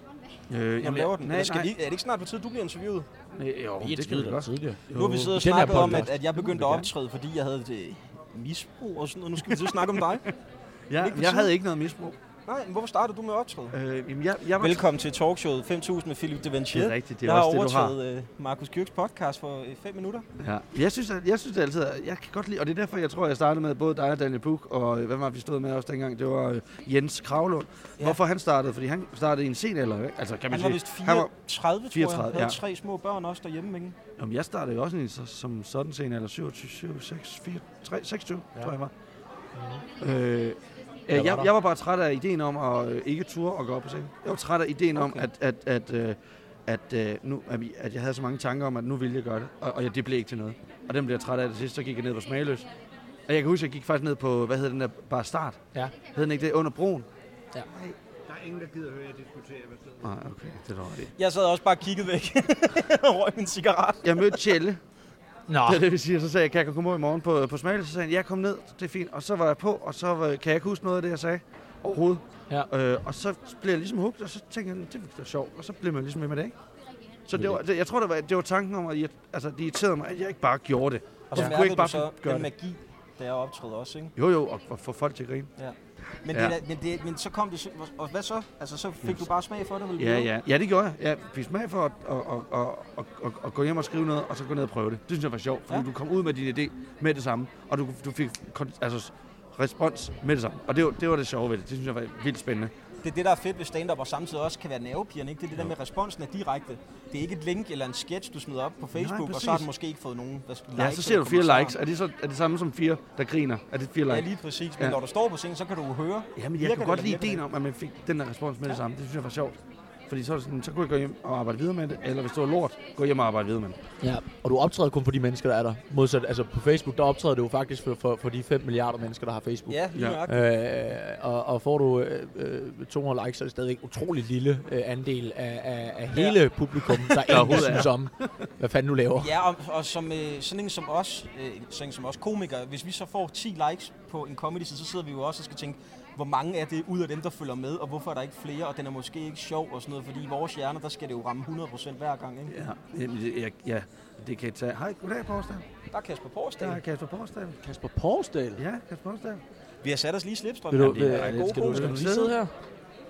[SPEAKER 1] Øh,
[SPEAKER 3] når du laver den?
[SPEAKER 1] Nej,
[SPEAKER 3] Eller skal
[SPEAKER 1] nej.
[SPEAKER 3] vi, er det ikke snart på tide, du bliver interviewet?
[SPEAKER 1] Øh, Jo, det kan vi godt.
[SPEAKER 4] tidligere.
[SPEAKER 1] Jo.
[SPEAKER 3] Nu har vi siddet og
[SPEAKER 4] I den her
[SPEAKER 3] snakket om, at,
[SPEAKER 4] podcast.
[SPEAKER 3] at jeg begyndte at
[SPEAKER 1] gerne.
[SPEAKER 3] optræde, fordi jeg havde det misbrug og sådan noget. Nu skal vi til at snakke om dig.
[SPEAKER 1] Ja,
[SPEAKER 3] Ikke på
[SPEAKER 1] jeg
[SPEAKER 3] tide.
[SPEAKER 1] havde ikke noget misbrug.
[SPEAKER 3] Nej, men hvorfor startede du med at optræde?
[SPEAKER 1] Øh, jamen, jeg, jeg var
[SPEAKER 3] Velkommen til talkshowet 5000 med Philip de Ventier.
[SPEAKER 1] Det er rigtigt, det er
[SPEAKER 3] jeg
[SPEAKER 1] også det, du har.
[SPEAKER 3] overtaget øh, Markus Kyrks podcast for 5 fem minutter.
[SPEAKER 1] Ja. Jeg synes, at, jeg synes altid, at jeg kan godt lide, og det er derfor, jeg tror, jeg startede med både dig og Daniel Puk, og øh, hvem var det, vi stod med også dengang, det var øh, Jens Kravlund.
[SPEAKER 3] Ja.
[SPEAKER 1] Ja. Hvorfor han startede? Fordi han startede i en sen alder, ikke? Altså, kan man
[SPEAKER 3] Han var
[SPEAKER 1] sige,
[SPEAKER 3] vist
[SPEAKER 1] han var-
[SPEAKER 3] 34, tror jeg.
[SPEAKER 1] 34,
[SPEAKER 3] Han havde
[SPEAKER 1] ja.
[SPEAKER 3] tre små børn også derhjemme, ikke?
[SPEAKER 1] jamen, jeg startede jo også i en, så, som sådan sen alder, 27, 27 6, 4, 3, 26, ja. tror jeg var. Øh, øh, jeg, jeg, var bare træt af ideen om at øh, ikke ture og gå op på scenen. Jeg var træt af ideen okay. om,
[SPEAKER 3] Okay.
[SPEAKER 1] at, at, at, øh, at, øh, nu, at, vi, at jeg havde så mange tanker om, at nu ville jeg gøre det, og, og jeg, det blev ikke til noget. Og den blev jeg træt af det sidste, så gik jeg ned på Smagløs. Og jeg kan huske, at jeg gik faktisk ned på, hvad hedder den der, bare start?
[SPEAKER 4] Ja.
[SPEAKER 1] Hed den ikke det? Under broen?
[SPEAKER 6] Der er ingen, der gider høre, at jeg diskuterer, hvad stedet
[SPEAKER 1] Nej, okay, det var det.
[SPEAKER 3] Jeg sad også bare og kiggede væk og røg min cigaret.
[SPEAKER 1] Jeg mødte Tjelle,
[SPEAKER 3] Ah.
[SPEAKER 4] Nå,
[SPEAKER 1] Det er det, vi siger. Så sagde jeg, kan jeg komme på i morgen på, på Smagle? Så sagde han, ja, kom ned. Det er fint. Og så var jeg på, og så var, kan jeg ikke huske noget af det, jeg sagde overhovedet.
[SPEAKER 4] Ja.
[SPEAKER 1] Øh, og så blev jeg ligesom hugt, og så tænkte jeg, det var sjovt. Og så blev man ligesom ved med det, ikke? Så det var, det, jeg tror, det var, det var tanken om, at jeg, altså, det irriterede mig, at jeg ikke bare gjorde det.
[SPEAKER 3] Og så
[SPEAKER 1] Ja. Kunne
[SPEAKER 3] mærkede
[SPEAKER 1] ikke
[SPEAKER 3] du
[SPEAKER 1] bare
[SPEAKER 3] så
[SPEAKER 1] gøre
[SPEAKER 3] den
[SPEAKER 1] det.
[SPEAKER 3] magi, da jeg optræder også, ikke?
[SPEAKER 1] Jo, jo, og, og få folk til at grine.
[SPEAKER 3] Men,
[SPEAKER 1] Ja.
[SPEAKER 3] det, der- men, det, men så kom det... så- Og hvad så? Altså, så fik du bare smag for det, vel?
[SPEAKER 1] Ja, ja. Ja, det gjorde jeg. Jeg fik smag for at, at, at, at, at, at, at gå hjem og skrive noget, og så gå ned og prøve det. Det synes jeg var sjovt, fordi
[SPEAKER 3] Ja.
[SPEAKER 1] ja. du kom ud med din idé med det samme, og du, du fik kon- altså, respons med det samme. Og det, var- det var det sjove ved det. Det synes jeg var vildt spændende.
[SPEAKER 3] Det er det, der er fedt ved stand-up, og samtidig også kan være nervepirrende, ikke? Det er det der med, at responsen er direkte. Det er ikke et link eller en sketch, du smider op på Facebook, og så har
[SPEAKER 1] præcis.
[SPEAKER 3] den måske ikke fået nogen der
[SPEAKER 1] Ja,
[SPEAKER 3] likes
[SPEAKER 1] så ser du
[SPEAKER 3] eller
[SPEAKER 1] fire
[SPEAKER 3] kommentarer.
[SPEAKER 1] likes. Er det, så, er det samme som fire, der griner? Er det fire
[SPEAKER 3] Ja,
[SPEAKER 1] likes?
[SPEAKER 3] lige præcis. Men
[SPEAKER 1] Ja.
[SPEAKER 3] når du står på scenen, så kan du jo høre.
[SPEAKER 1] Ja, men jeg
[SPEAKER 3] Virker
[SPEAKER 1] kunne
[SPEAKER 3] det,
[SPEAKER 1] godt
[SPEAKER 3] eller
[SPEAKER 1] lide
[SPEAKER 3] virker det
[SPEAKER 1] ideen om, at man fik den der respons med det samme. Det synes jeg var sjovt. Fordi så, er det sådan, så kunne jeg gå hjem og arbejde videre med det, eller hvis det var lort, gå hjem og arbejde videre med det.
[SPEAKER 4] Ja, og du optræder kun for de mennesker, der er der. Modsat, altså på Facebook, der optræder du jo faktisk for, for, for de 5 milliarder mennesker, der har Facebook.
[SPEAKER 3] Ja, lige
[SPEAKER 1] Uh, Ja.
[SPEAKER 3] nøjagtigt.
[SPEAKER 4] Øh, og, og får du øh, øh, 200 likes, så er det stadigvæk en utrolig lille øh, andel af, af, af hele publikum, der egentlig
[SPEAKER 1] overhovedet er.
[SPEAKER 4] synes om, hvad fanden du
[SPEAKER 2] Oh.
[SPEAKER 4] laver.
[SPEAKER 3] Ja, og, og som øh, sådan en som os, øh, sådan en som os komikere, hvis vi så får 10 likes på en comedy så sidder vi jo også og skal tænke, hvor mange er det ud af dem, der følger med, og hvorfor er der ikke flere, og den er måske ikke sjov og sådan noget, fordi i vores hjerner, der skal det jo ramme 100% hver gang, ikke?
[SPEAKER 1] Ja, jamen, det- jeg, ja, det kan jeg tage. Hej, goddag, Porsdal.
[SPEAKER 3] Der er Kasper
[SPEAKER 1] Der er
[SPEAKER 3] Porsdal.
[SPEAKER 1] Kasper Porsdal.
[SPEAKER 2] Kasper Porsdal.
[SPEAKER 1] Ja, Kasper Porsdal.
[SPEAKER 3] Vi har sat os lige i slipstrøm.
[SPEAKER 2] Vil du,
[SPEAKER 3] Jamen,
[SPEAKER 2] vil,
[SPEAKER 3] det er gode
[SPEAKER 2] skal, du, skal du
[SPEAKER 3] komikere.
[SPEAKER 2] lige sidde her?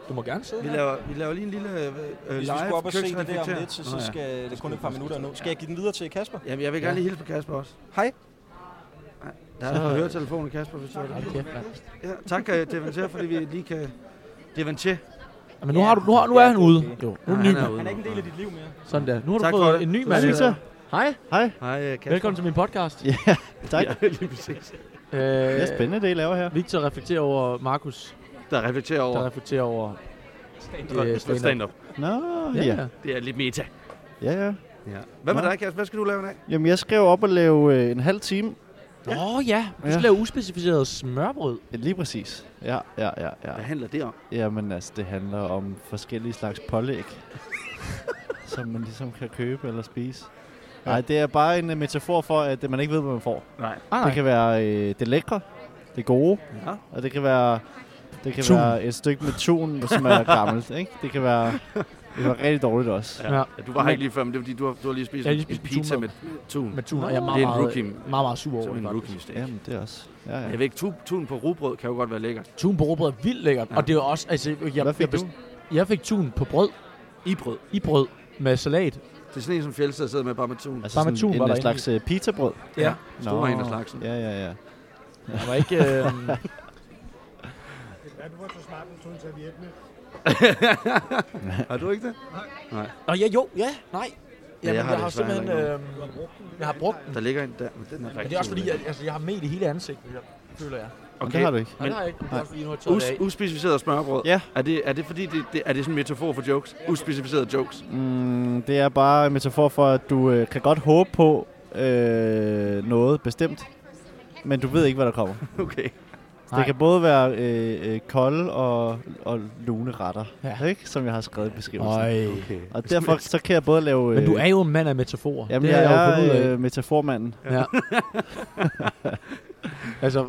[SPEAKER 2] Du må gerne sidde
[SPEAKER 1] Vi
[SPEAKER 2] her.
[SPEAKER 1] laver, vi laver lige en lille øh, øh,
[SPEAKER 3] Hvis vi skulle
[SPEAKER 1] live
[SPEAKER 3] op og se det der om
[SPEAKER 1] køksreflekter.
[SPEAKER 3] lidt, så,
[SPEAKER 1] Nå
[SPEAKER 3] så
[SPEAKER 1] ja.
[SPEAKER 3] skal det kun et par minutter nu. Skal jeg give den videre til Kasper?
[SPEAKER 1] Jamen, jeg vil gerne lige hilse på Kasper også.
[SPEAKER 3] Hej.
[SPEAKER 1] Nej, Der er en høretelefon i Kasper, hvis du har det.
[SPEAKER 2] Okay.
[SPEAKER 1] Ja, tak, øh, Deventer, fordi vi lige kan... Deventer.
[SPEAKER 2] Ja, men nu, har du, nu, har, nu er han ude. Jo, nu er den ny.
[SPEAKER 1] er ude.
[SPEAKER 3] Han er ikke en del af dit liv mere.
[SPEAKER 2] Sådan der. Nu har du
[SPEAKER 1] Tak for
[SPEAKER 2] fået
[SPEAKER 1] det.
[SPEAKER 2] en ny
[SPEAKER 1] Så
[SPEAKER 2] mand.
[SPEAKER 1] ses jeg.
[SPEAKER 2] Hej.
[SPEAKER 5] Hej.
[SPEAKER 1] Hej, øh, Kasper.
[SPEAKER 2] Velkommen til min podcast.
[SPEAKER 5] Ja, tak.
[SPEAKER 1] Ja, lige præcis.
[SPEAKER 2] Øh,
[SPEAKER 5] Det er spændende, det I laver her.
[SPEAKER 2] Victor reflekterer over Markus,
[SPEAKER 1] Der reflekterer
[SPEAKER 2] der
[SPEAKER 1] over
[SPEAKER 2] reflekterer over øh,
[SPEAKER 1] stand-up. stand-up.
[SPEAKER 5] Nå, ja.
[SPEAKER 2] ja.
[SPEAKER 1] Det er lidt meta.
[SPEAKER 5] Ja, ja.
[SPEAKER 1] Ja. Hvad med
[SPEAKER 5] Nå.
[SPEAKER 1] dig, Kasper? Hvad skal du lave i dag?
[SPEAKER 5] Jamen, jeg skrev op at lave øh, en halv time.
[SPEAKER 2] Nå ja, du
[SPEAKER 5] Ja.
[SPEAKER 2] skal lave uspecificeret smørbrød.
[SPEAKER 5] Ja, Lige præcis. Ja, ja, ja, ja.
[SPEAKER 1] Hvad handler det om?
[SPEAKER 5] Jamen, altså, det handler om forskellige slags pålæg, som man ligesom kan købe eller spise. Nej, det er bare en øh, metafor for, at øh, man ikke ved, hvad man får.
[SPEAKER 1] Nej.
[SPEAKER 2] Ah,
[SPEAKER 5] Det kan være øh, det lækre, det gode,
[SPEAKER 1] Ja.
[SPEAKER 5] og det kan være, det kan
[SPEAKER 2] Tun.
[SPEAKER 5] være et stykke med tun, som er gammelt. Ikke? Det kan være, det var rigtig dårligt også.
[SPEAKER 2] Ja.
[SPEAKER 1] ja. Du var her ikke lige før, men det er fordi, du har, du har lige spist,
[SPEAKER 2] Jeg har
[SPEAKER 1] en
[SPEAKER 2] lige spist
[SPEAKER 1] en pizza
[SPEAKER 2] tunmad.
[SPEAKER 1] med tun.
[SPEAKER 2] Med tun, og jeg er
[SPEAKER 1] Det
[SPEAKER 2] meget,
[SPEAKER 1] er en
[SPEAKER 2] meget,
[SPEAKER 1] rookie.
[SPEAKER 2] meget, meget, meget sur
[SPEAKER 1] Så
[SPEAKER 2] over
[SPEAKER 1] er det
[SPEAKER 2] det.
[SPEAKER 1] en rookie
[SPEAKER 2] faktisk.
[SPEAKER 1] mistake.
[SPEAKER 5] Jamen, det er også. Ja, ja.
[SPEAKER 1] Jeg ved ikke, tun, tun på rugbrød kan jo godt være lækkert.
[SPEAKER 2] Tun på råbrød er vildt lækkert,
[SPEAKER 1] Ja.
[SPEAKER 2] og det er også, altså, jeg,
[SPEAKER 5] Hvad fik
[SPEAKER 2] jeg,
[SPEAKER 5] du?
[SPEAKER 2] best- jeg fik tun på brød,
[SPEAKER 1] I brød.
[SPEAKER 2] i brød, med salat.
[SPEAKER 1] Det er sådan en, som Fjeldsted sidder med bare med tun.
[SPEAKER 5] Altså
[SPEAKER 2] Bare med
[SPEAKER 5] sådan
[SPEAKER 2] tun
[SPEAKER 5] en
[SPEAKER 2] var der
[SPEAKER 5] øh, slags øh, pizzabrød.
[SPEAKER 1] Ja.
[SPEAKER 5] Nå.
[SPEAKER 1] Stor en af slagsen.
[SPEAKER 5] Ja, ja, ja.
[SPEAKER 2] Jeg var ikke... Øh,
[SPEAKER 6] Ja, du var så smart, at du tog en serviet med.
[SPEAKER 1] Har du ikke det?
[SPEAKER 2] Nå ja, jo, ja, nej. Jamen,
[SPEAKER 1] jeg
[SPEAKER 2] jeg
[SPEAKER 1] har
[SPEAKER 2] har,
[SPEAKER 1] det
[SPEAKER 2] jeg har
[SPEAKER 1] desværre
[SPEAKER 2] simpelthen...
[SPEAKER 1] heller
[SPEAKER 2] Øh, jeg har brugt den.
[SPEAKER 1] Der ligger en der, men den er rigtig
[SPEAKER 2] Men det er også fordi,
[SPEAKER 1] ulækker.
[SPEAKER 2] at altså, jeg har mel i hele ansigtet, jeg føler jeg. Nej,
[SPEAKER 5] Okay. Det har du ikke.
[SPEAKER 2] det har jeg ikke. men Det er også fordi, nu har jeg taget det
[SPEAKER 1] Us-
[SPEAKER 2] af.
[SPEAKER 1] uspecificeret smørbrød.
[SPEAKER 5] Ja.
[SPEAKER 1] Er det, er det fordi, det, det, er det sådan en metafor for jokes? Uspecificerede jokes.
[SPEAKER 5] Mm, det er bare en metafor for, at du øh, kan godt håbe på øh, noget bestemt, men du ved ikke, hvad der kommer.
[SPEAKER 1] Okay.
[SPEAKER 5] Nej. Det kan både være øh, øh, kolde og, og lune retter,
[SPEAKER 2] Ja.
[SPEAKER 5] ja. ikke? som jeg har skrevet i beskrivelsen.
[SPEAKER 2] Øj.
[SPEAKER 1] okay.
[SPEAKER 5] Og derfor så kan jeg både lave... øh,
[SPEAKER 2] Men du er jo en mand af metaforer.
[SPEAKER 5] Jamen,
[SPEAKER 2] det har jeg jo
[SPEAKER 5] jeg
[SPEAKER 2] fundet ud af.
[SPEAKER 5] er øh, metaformanden.
[SPEAKER 2] Ja. altså,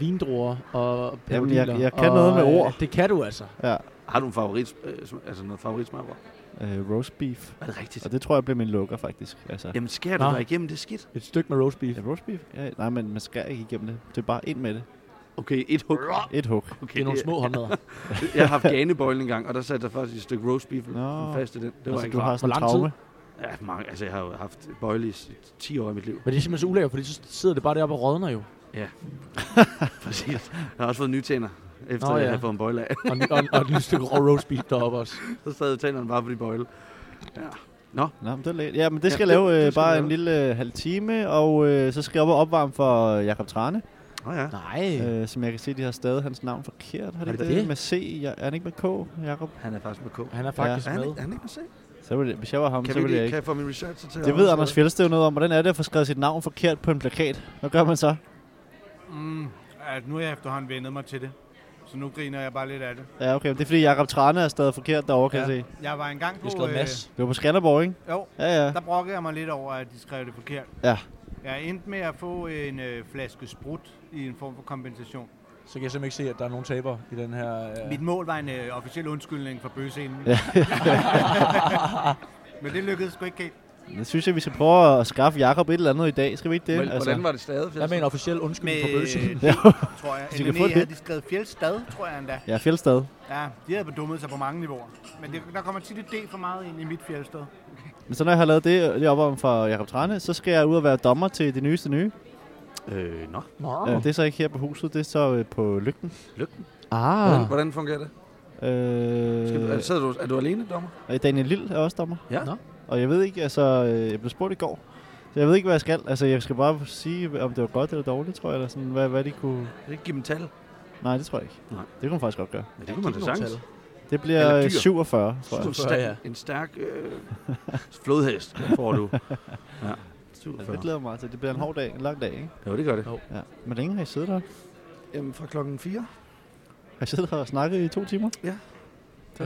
[SPEAKER 2] vindruer og
[SPEAKER 5] Jamen,
[SPEAKER 4] Altså,
[SPEAKER 2] parodiler
[SPEAKER 5] jeg- jeg kan
[SPEAKER 2] og,
[SPEAKER 5] noget med
[SPEAKER 2] øh,
[SPEAKER 5] ord.
[SPEAKER 2] Det kan du altså.
[SPEAKER 5] Ja.
[SPEAKER 1] Har du en favorit, øh, sm- altså noget favoritsmørbrød?
[SPEAKER 5] Øh, roast beef.
[SPEAKER 1] Er det rigtigt?
[SPEAKER 5] Og det tror jeg bliver min lukker, faktisk. Altså,
[SPEAKER 1] Jamen skærer du
[SPEAKER 4] Nå.
[SPEAKER 1] dig igennem det skidt?
[SPEAKER 4] Et stykke med roast beef.
[SPEAKER 5] ja, roast beef? Ja, nej, men man skærer ikke igennem det. Det er bare ind med det.
[SPEAKER 1] Okay, et hug.
[SPEAKER 5] Et hug.
[SPEAKER 1] Okay,
[SPEAKER 4] Det er nogle små håndmadder.
[SPEAKER 1] Jeg har haft ganebøjlen en gang, og der satte der faktisk et stykke roast beef
[SPEAKER 5] Nå.
[SPEAKER 1] fast i den. Det var
[SPEAKER 5] Altså,
[SPEAKER 1] altså,
[SPEAKER 5] du har sådan en
[SPEAKER 4] Hvor lang tid?
[SPEAKER 5] traume.
[SPEAKER 1] ja, mange, altså, jeg har jo haft bøjle i s- 10 år i mit liv.
[SPEAKER 4] Men det er simpelthen så ulækkert, fordi så sidder det bare deroppe og rådner jo.
[SPEAKER 1] Præcis. Jeg har også fået nye tænder, efter
[SPEAKER 4] Nå,
[SPEAKER 1] Nå, ja.
[SPEAKER 4] ja.
[SPEAKER 1] jeg har fået en bøjle af.
[SPEAKER 4] Og, en- og, en- og et lille stykke rå roast beef deroppe også.
[SPEAKER 1] Så sad tænderne bare på de bøjle.
[SPEAKER 5] Nå, men det er lækkert. Ja, men det
[SPEAKER 1] Ja,
[SPEAKER 5] skal
[SPEAKER 1] det-
[SPEAKER 5] ja, lave
[SPEAKER 1] det
[SPEAKER 5] øh,
[SPEAKER 1] skal
[SPEAKER 5] bare
[SPEAKER 1] vi lave.
[SPEAKER 5] en lille øh, halv time, og øh, så skal jeg op og opvarme for øh, Jakob Trane,
[SPEAKER 1] Nå ja.
[SPEAKER 4] Nej.
[SPEAKER 5] øh, som jeg kan se, de har stadig hans navn forkert. Har de
[SPEAKER 4] Er det
[SPEAKER 5] ikke det?
[SPEAKER 4] det?
[SPEAKER 5] Med C, ja, er han ikke med K, Jakob?
[SPEAKER 1] Han er faktisk med K.
[SPEAKER 4] Han er faktisk
[SPEAKER 1] Er
[SPEAKER 4] ja,
[SPEAKER 1] han,
[SPEAKER 4] med.
[SPEAKER 1] ikke- er han ikke med C?
[SPEAKER 5] Så ville, hvis jeg var ham,
[SPEAKER 1] Kan,
[SPEAKER 5] så
[SPEAKER 1] vi
[SPEAKER 5] ville jeg
[SPEAKER 1] lige, kan
[SPEAKER 5] ikke.
[SPEAKER 1] jeg få min researcher til at
[SPEAKER 5] Det ved
[SPEAKER 1] oversætte
[SPEAKER 5] Anders Fjeldsted noget om. Hvordan er det at få skrevet sit navn forkert på en plakat? Hvad gør man så?
[SPEAKER 6] Mm, at nu har jeg efterhånden vendet mig til det. Så nu griner jeg bare lidt af det.
[SPEAKER 5] Ja, okay. men Det er fordi Jakob Trane er stadig forkert derovre, kan ja. jeg se.
[SPEAKER 6] Jeg var engang på... øh,
[SPEAKER 4] Det er skrevet Mads.
[SPEAKER 2] øh.
[SPEAKER 5] Det var på Skanderborg, ikke?
[SPEAKER 6] jo,
[SPEAKER 5] Ja, ja.
[SPEAKER 6] der brokkede jeg mig lidt over, at de skrev det forkert.
[SPEAKER 5] Ja.
[SPEAKER 6] Jeg endte med at få en øh, flaske sprut i en form for kompensation.
[SPEAKER 4] Så kan jeg simpelthen ikke se, at der er nogen tabere i den her... Øh...
[SPEAKER 6] Mit mål var en øh, officiel undskyldning for bøgescenen.
[SPEAKER 5] Ja.
[SPEAKER 6] Men det lykkedes sgu ikke helt.
[SPEAKER 5] Jeg synes, at vi skal prøve at skaffe Jakob et eller andet i dag. Skal vi ikke det? Altså,
[SPEAKER 1] Hvordan var det stadig?
[SPEAKER 4] Hvad med en officiel undskyldning for bøse?
[SPEAKER 6] Med øh,
[SPEAKER 5] Ja.
[SPEAKER 6] tror jeg.
[SPEAKER 5] De kan
[SPEAKER 6] Eller
[SPEAKER 5] få
[SPEAKER 6] nej,
[SPEAKER 5] det.
[SPEAKER 6] havde de skrevet Fjeldstad, tror jeg endda.
[SPEAKER 5] Ja, Fjeldstad.
[SPEAKER 6] Ja, de havde bedummet sig på mange niveauer. Men det, der kommer tit et D for meget ind i mit Fjeldstad.
[SPEAKER 5] Men så når jeg har lavet det, det op om for Jakob Trane, så skal jeg ud og være dommer til det nyeste nye.
[SPEAKER 1] Øh, nå.
[SPEAKER 4] Nå.
[SPEAKER 5] Oh. Det er så ikke her på huset, det er så øh, på lygten.
[SPEAKER 1] Lygten? Hvordan,
[SPEAKER 5] Ah.
[SPEAKER 1] hvordan fungerer det? Skal du, altså-
[SPEAKER 5] Øh,
[SPEAKER 1] er, sidder du, er du alene, dommer?
[SPEAKER 5] og Daniel Lille er også dommer.
[SPEAKER 1] Ja.
[SPEAKER 4] Nå.
[SPEAKER 5] Og jeg ved ikke, altså, øh, jeg blev spurgt i går. Så jeg ved ikke, hvad jeg skal. Altså, jeg skal bare sige, om det var godt eller dårligt, tror jeg. Eller sådan, hvad, hvad de kunne...
[SPEAKER 1] Kan du Ikke give dem tal.
[SPEAKER 5] Nej, det tror jeg ikke.
[SPEAKER 1] Nej.
[SPEAKER 5] Det kunne man faktisk godt gøre.
[SPEAKER 1] Ja, det kunne man da sagtens.
[SPEAKER 5] Det
[SPEAKER 1] Eller
[SPEAKER 5] bliver
[SPEAKER 1] dyr.
[SPEAKER 5] øh, 47, tror jeg.
[SPEAKER 1] En
[SPEAKER 4] 47, ja.
[SPEAKER 1] stærk, en stærk øh, flodhest får du. Ja.
[SPEAKER 5] Ja, det
[SPEAKER 1] 47.
[SPEAKER 5] glæder jeg mig til. Det bliver en hård dag, en lang dag, ikke?
[SPEAKER 1] Jo, det gør det.
[SPEAKER 5] Ja. Men længe har I siddet her?
[SPEAKER 1] Jamen, fra klokken 4.
[SPEAKER 5] Har I siddet her og snakket i to timer?
[SPEAKER 1] Det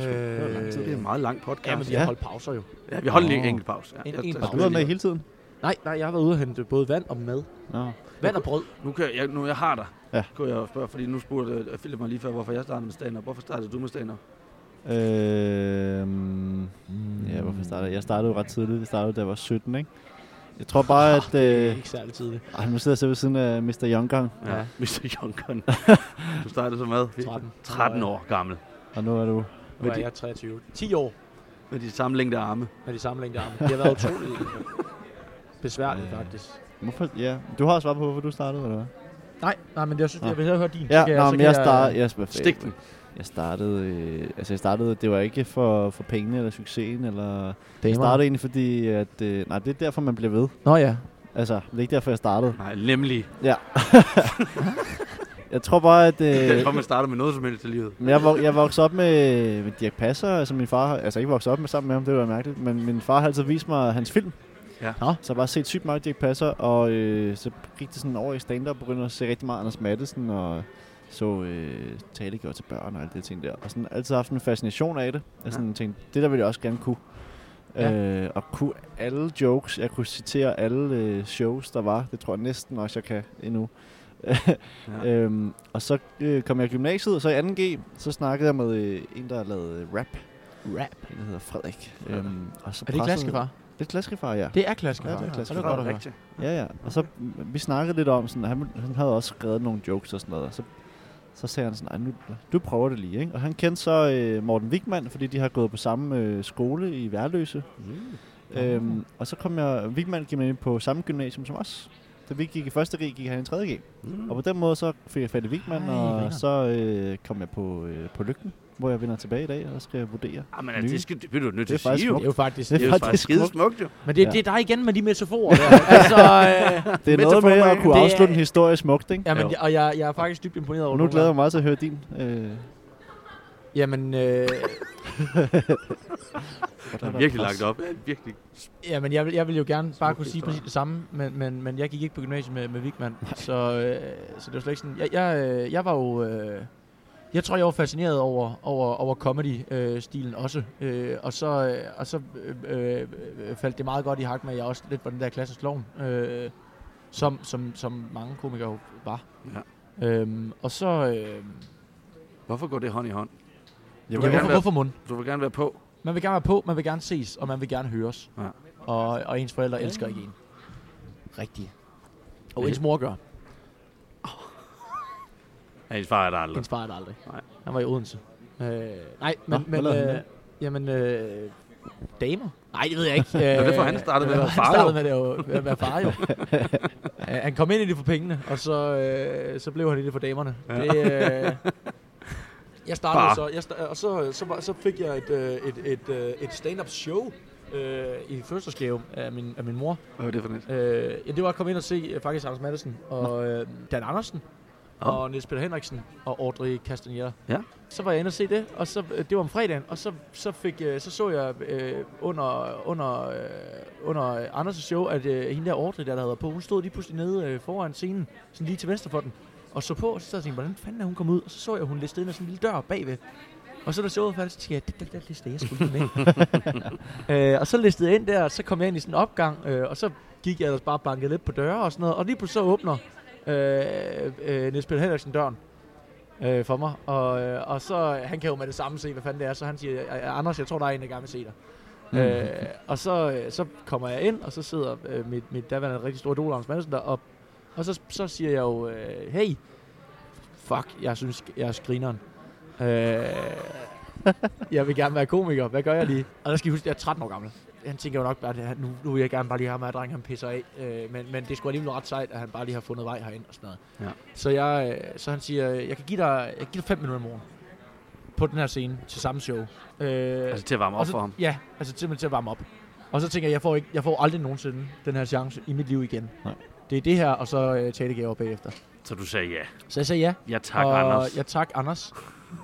[SPEAKER 1] er, øh, det var lang tid. Det er en meget lang
[SPEAKER 4] Ah, Ja, men
[SPEAKER 1] podcast.
[SPEAKER 4] de har
[SPEAKER 5] Ja.
[SPEAKER 4] holdt pauser jo.
[SPEAKER 1] Ja, vi holder lige en
[SPEAKER 5] Nå.
[SPEAKER 1] enkelt pause. Ja,
[SPEAKER 4] En-
[SPEAKER 1] jeg-
[SPEAKER 4] en
[SPEAKER 1] jeg-
[SPEAKER 4] pause.
[SPEAKER 5] Har du været med hele tiden?
[SPEAKER 4] Nej, nej, jeg har været ude og hente både vand og mad.
[SPEAKER 5] Nå.
[SPEAKER 4] Vand og brød.
[SPEAKER 1] Nu, kan jeg, nu jeg har dig,
[SPEAKER 5] Ja.
[SPEAKER 1] ja. kunne jeg jo spørge, fordi nu spurgte øh, Philip mig lige før, hvorfor jeg startede med stand-up. Hvorfor startede du med stand-up?
[SPEAKER 5] Øhm, ja, hvorfor startede jeg? Jeg startede jo ret tidligt. Jeg startede, da jeg var 17, ikke? Jeg tror bare, at...
[SPEAKER 4] Ah, Det er
[SPEAKER 5] Øh,
[SPEAKER 4] ikke særlig tidligt.
[SPEAKER 5] ej, nu sidder jeg selv ved siden af Mr. Younggang,
[SPEAKER 1] Ja.
[SPEAKER 4] Ja.
[SPEAKER 1] Mr. Junken. du startede som hvad?
[SPEAKER 4] 13.
[SPEAKER 1] 13 år gammel.
[SPEAKER 5] og nu er du...
[SPEAKER 4] Nu er jeg 23. 10 år
[SPEAKER 1] Med de samme længde arme.
[SPEAKER 4] med de samme længde arme. Det har været utroligt Øh. besværligt, faktisk.
[SPEAKER 5] Hvorfor, ja. Du har svaret på, hvorfor du startede, eller hvad?
[SPEAKER 4] Nej, nej, men jeg synes,
[SPEAKER 5] Nå.
[SPEAKER 4] jeg vil hellere høre din.
[SPEAKER 5] Ja,
[SPEAKER 4] Så kan
[SPEAKER 5] nå,
[SPEAKER 4] så
[SPEAKER 5] men
[SPEAKER 4] kan
[SPEAKER 5] jeg, start, jeg, jeg,
[SPEAKER 1] Stik den.
[SPEAKER 5] jeg startede... Øh, altså, jeg startede... Det var ikke for, for pengene eller succesen, eller... Jeg
[SPEAKER 4] Damerne.
[SPEAKER 5] startede egentlig, fordi... At, øh, nej, det er derfor, man bliver ved.
[SPEAKER 4] Nå ja.
[SPEAKER 5] Altså, det er ikke derfor, jeg startede.
[SPEAKER 1] Nej, nemlig.
[SPEAKER 5] Jeg tror bare, at...
[SPEAKER 1] Det er
[SPEAKER 5] Øh,
[SPEAKER 1] derfor, man starter med noget som helst i livet.
[SPEAKER 5] men jeg, vok- jeg voksede op med, med Dirk Passer, altså min far, har- altså ikke vokset op med sammen med ham, det var mærkeligt, men min far har altid vist mig hans film.
[SPEAKER 1] Ja.
[SPEAKER 5] Nå. Så jeg har bare set sygt meget Dirk Passer, og øh, så gik det sådan over i stand-up, og begyndte at se rigtig meget Anders Matthesen, og så øh, tale gjort til børn og alt det ting der. Og sådan altid haft en fascination af det. Jeg sådan tænkte, det der ville jeg også gerne kunne.
[SPEAKER 4] Ja.
[SPEAKER 5] Ja. Øh, og kunne alle jokes, jeg kunne citere alle øh, shows, der var. Det tror jeg næsten også, jeg kan endnu.
[SPEAKER 1] Ja.
[SPEAKER 5] Øhm, og så øh, kom jeg i gymnasiet, og så i 2G, så snakkede jeg med øh, en, der lavede øh, rap.
[SPEAKER 4] Rap.
[SPEAKER 5] En, der hedder Frederik.
[SPEAKER 1] Frederik.
[SPEAKER 5] Øhm, og så
[SPEAKER 4] Er det
[SPEAKER 5] pressede-
[SPEAKER 4] klaskefar?
[SPEAKER 5] Det er klaskefar, ja.
[SPEAKER 4] Det er klaskefar.
[SPEAKER 5] Ja, det er klaskefar.
[SPEAKER 4] Og godt at høre.
[SPEAKER 1] rigtigt.
[SPEAKER 5] Ja, ja. Og så mm, vi snakkede lidt om, sådan, han, han havde også skrevet nogle jokes og sådan noget. Og så, så sagde han sådan, "Ej, nu, du prøver det lige, ikke? Og han kendte så øh, Morten Wigman, fordi de har gået på samme øh, skole i Værløse. Mm. Øhm, og så kom jeg, Wigman gik med på samme gymnasium som os. Da vi gik i 1. G, gik han i 3. G.
[SPEAKER 1] Mm.
[SPEAKER 5] Og på den måde så fik jeg fat i Vigman,
[SPEAKER 4] Ej,
[SPEAKER 5] og
[SPEAKER 4] griner.
[SPEAKER 5] så øh, kom jeg på, øh, på lygten, hvor jeg vender tilbage i dag, og så skal jeg vurdere.
[SPEAKER 1] Ah, men altså,
[SPEAKER 5] Nye.
[SPEAKER 1] det, skal, det bliver du nødt
[SPEAKER 5] Det
[SPEAKER 1] til
[SPEAKER 5] er
[SPEAKER 1] at sige
[SPEAKER 5] faktisk
[SPEAKER 1] jo.
[SPEAKER 4] Det er jo faktisk...
[SPEAKER 1] Det er jo faktisk skide
[SPEAKER 5] smukt.
[SPEAKER 1] smukt jo.
[SPEAKER 4] Men det,
[SPEAKER 5] Ja.
[SPEAKER 4] det er dig igen med de metaforer. der. altså, øh,
[SPEAKER 5] Det er noget
[SPEAKER 1] Metafor
[SPEAKER 5] med at
[SPEAKER 1] med.
[SPEAKER 5] kunne
[SPEAKER 4] Det
[SPEAKER 5] afslutte
[SPEAKER 4] er-
[SPEAKER 5] en historie smukt, ikke?
[SPEAKER 4] ja, men,
[SPEAKER 1] Jo.
[SPEAKER 4] jeg- og jeg, jeg er faktisk dybt imponeret over
[SPEAKER 5] Og nu
[SPEAKER 4] nogle
[SPEAKER 5] glæder
[SPEAKER 4] gange.
[SPEAKER 5] jeg mig meget til at høre din. Øh,
[SPEAKER 4] Jamen, øh,
[SPEAKER 1] Der er virkelig lagt op. Ja, virkelig.
[SPEAKER 4] jamen jeg, vil, jeg vil jo gerne bare
[SPEAKER 1] Smuk
[SPEAKER 4] kunne sige
[SPEAKER 1] historie.
[SPEAKER 4] præcis det samme, men, men, men jeg gik ikke på gymnasiet med, med Vigman, så, øh, så det var slet ikke sådan. Jeg, jeg, øh, jeg var jo... Øh, jeg tror, jeg var fascineret over, over, over comedy-stilen også, øh, og så, øh, og så øh, øh, øh, faldt det meget godt i hak med, at jeg også lidt var den der klassisk loven, øh, som, som, som mange komikere jo var. Ja. Øhm, og så... Øh,
[SPEAKER 1] Hvorfor går det hånd i hånd? Jeg vil
[SPEAKER 4] Ja,
[SPEAKER 1] gerne
[SPEAKER 4] hvorfor,
[SPEAKER 1] være,
[SPEAKER 4] hvorfor mund?
[SPEAKER 1] du vil gerne være på.
[SPEAKER 4] Man vil gerne være på, man vil gerne ses, og man vil gerne høres.
[SPEAKER 1] Ja.
[SPEAKER 4] Og, og ens forældre elsker ikke en.
[SPEAKER 2] Rigtigt.
[SPEAKER 4] Og ens mor gør.
[SPEAKER 1] Ja, ens far er der aldrig.
[SPEAKER 4] Hendes far er der aldrig.
[SPEAKER 1] Nej.
[SPEAKER 4] Han var i Odense. Øh, nej, men...
[SPEAKER 5] Nå,
[SPEAKER 4] men
[SPEAKER 5] hvad lavede han
[SPEAKER 4] øh, jamen, øh, damer? Nej, det ved jeg ikke. Nå,
[SPEAKER 1] er derfor, han startede med at være far,
[SPEAKER 4] Han
[SPEAKER 1] jo.
[SPEAKER 4] startede med, det jo, med at være far, jo. Øh, han kom ind i det for pengene, og så, øh, så blev han i det for damerne. Ja. Det, øh, jeg startede
[SPEAKER 1] Far.
[SPEAKER 4] så, jeg sta- og så, så, var, så fik jeg et, øh, et, et, øh, et stand-up show øh, i fødselsgave af min, af min mor.
[SPEAKER 1] Hvad var det for net?
[SPEAKER 4] Øh, ja, det var at komme ind og se øh, faktisk Anders Madsen og øh, Dan Andersen
[SPEAKER 1] Nå.
[SPEAKER 4] og Niels Peter Henriksen og Audrey Castaneda.
[SPEAKER 1] Ja.
[SPEAKER 4] Så var jeg inde og se det, og så, øh, det var om fredagen, og så, så, fik, øh, så så jeg øh, under, under, øh, under Anders' show, at øh, hende der Audrey, der, der havde været på, hun stod lige pludselig nede øh, foran scenen, sådan lige til venstre for den, og så på, og så sad jeg og tænkte, hvordan fanden er hun kommet ud? Og så så jeg, at hun listede ind af sådan en lille dør bagved. Og så da showet var færdigt, så tænkte jeg, det der, der liste jeg skulle lige med. øh, og så listede jeg ind der, og så kom jeg ind i sådan en opgang, øh, og så gik jeg ellers bare og bankede lidt på døre og sådan noget. Og lige pludselig så åbner øh, øh, Niels Peter Henriksen døren øh, for mig. Og, øh, og så, han kan jo med det samme se, hvad fanden det er. Så han siger, "Øh, Anders, jeg tror, der er en, der gerne vil se dig. Mm. Øh, og så, øh, så kommer jeg ind, og så sidder øh, mit, mit daværende rigtig store idol, Anders Madsen, der, og, og så, så siger jeg jo, øh, hey, fuck, jeg synes, jeg er skrineren. Øh, jeg vil gerne være komiker, hvad gør jeg lige? Og der skal I huske, at jeg er 13 år gammel. Han tænker jo nok bare, at nu, nu vil jeg gerne bare lige have med, at drengen han pisser af. Øh, men, men det skulle alligevel ret sejt, at han bare lige har fundet vej herind og sådan noget.
[SPEAKER 1] Ja.
[SPEAKER 4] Så, jeg, øh, så han siger, jeg kan give dig, jeg kan give dig fem minutter i morgen på den her scene til samme show. Øh,
[SPEAKER 1] Altså til at varme op
[SPEAKER 4] og så,
[SPEAKER 1] for ham.
[SPEAKER 4] Ja, altså simpelthen til at varme op. Og så tænker jeg, jeg får, ikke, jeg får aldrig nogensinde den her chance i mit liv igen.
[SPEAKER 5] Nej.
[SPEAKER 4] Det er det her, og så øh, talegaver bagefter.
[SPEAKER 1] Så du sagde ja.
[SPEAKER 4] Så jeg sagde ja,
[SPEAKER 1] Ja tak,
[SPEAKER 4] og
[SPEAKER 1] Anders.
[SPEAKER 4] Jeg tak, Anders.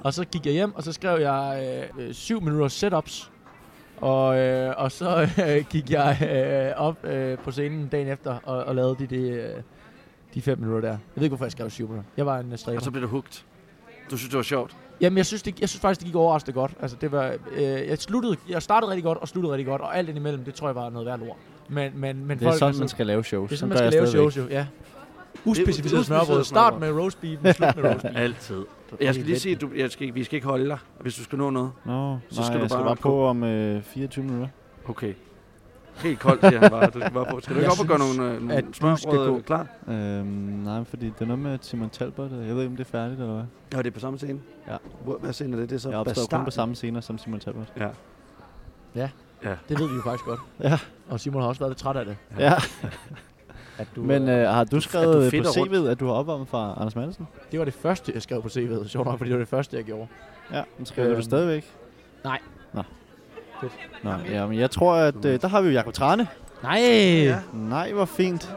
[SPEAKER 4] Og så gik jeg hjem, og så skrev jeg øh, øh, syv minutter setups. Og, øh, og så øh, gik jeg øh, op øh, på scenen dagen efter og, og lavede de, de, øh, de fem minutter der. Jeg ved ikke, hvorfor jeg skrev syv minutter. Jeg var en øh, stræber.
[SPEAKER 1] Og så blev du hugt. Du synes, det var sjovt.
[SPEAKER 4] Jamen, jeg synes, det, jeg synes faktisk, det gik overraskende godt. Altså, det var, øh, jeg, sluttede, jeg startede rigtig godt og sluttede rigtig godt, og alt indimellem, det tror jeg var noget værd lort. Men, men, men
[SPEAKER 5] Det er
[SPEAKER 4] folk,
[SPEAKER 5] sådan, man skal lave shows.
[SPEAKER 4] det er sådan, man
[SPEAKER 5] gør
[SPEAKER 4] skal
[SPEAKER 5] jeg
[SPEAKER 4] lave
[SPEAKER 5] stadigvæk.
[SPEAKER 4] shows jo, ja. Uspecificeret
[SPEAKER 1] uspecificeret
[SPEAKER 4] smørbrød. Start med roast beef, slut med roast beef.
[SPEAKER 1] Altid. Jeg skal lige sige, at du, jeg skal, ikke- vi skal ikke holde dig, hvis du skal nå noget.
[SPEAKER 5] Nå,
[SPEAKER 1] Så
[SPEAKER 5] så
[SPEAKER 1] skal
[SPEAKER 5] nej, skal
[SPEAKER 1] du
[SPEAKER 5] jeg skal
[SPEAKER 1] bare
[SPEAKER 5] bare på om øh, 24 minutter.
[SPEAKER 1] Okay. Helt koldt, siger han bare. Du skal, bare på. skal du ikke op
[SPEAKER 4] Jeg
[SPEAKER 1] og gøre
[SPEAKER 4] synes,
[SPEAKER 1] nogle, øh,
[SPEAKER 4] at
[SPEAKER 1] nogle
[SPEAKER 4] du
[SPEAKER 1] smørbrød
[SPEAKER 4] skal gå.
[SPEAKER 1] øh, klar?
[SPEAKER 5] Øhm, nej, men fordi det er noget med Timon Talbot. og Jeg ved ikke, om det er færdigt eller hvad.
[SPEAKER 1] Ja, det er på samme scene.
[SPEAKER 5] Ja.
[SPEAKER 1] Hvor, hvad scene er det? Det er så
[SPEAKER 5] Jeg opstår kun
[SPEAKER 1] Bastard.
[SPEAKER 5] på samme scener som Simon Talbot.
[SPEAKER 1] Ja.
[SPEAKER 4] Det ved vi jo faktisk godt.
[SPEAKER 5] Ja.
[SPEAKER 4] Og Simon har også været lidt træt af det.
[SPEAKER 5] Ja,
[SPEAKER 4] At du,
[SPEAKER 5] men øh, har du skrevet du på
[SPEAKER 1] fedter rundt?
[SPEAKER 5] CV'et, at du har opvarmet fra Anders Madsen?
[SPEAKER 4] det var det første, jeg skrev på CV'et. Sjovt nok, fordi det var det første, jeg gjorde.
[SPEAKER 5] Ja, men skriver øhm.
[SPEAKER 4] Øhm,
[SPEAKER 5] du stadigvæk?
[SPEAKER 4] nej.
[SPEAKER 5] Nå.
[SPEAKER 4] Fedt.
[SPEAKER 5] Nå, ja, men jeg tror, at øh, der har vi jo Jacob Trane.
[SPEAKER 4] Nej!
[SPEAKER 1] Ja.
[SPEAKER 4] Ja.
[SPEAKER 5] Nej, hvor fint.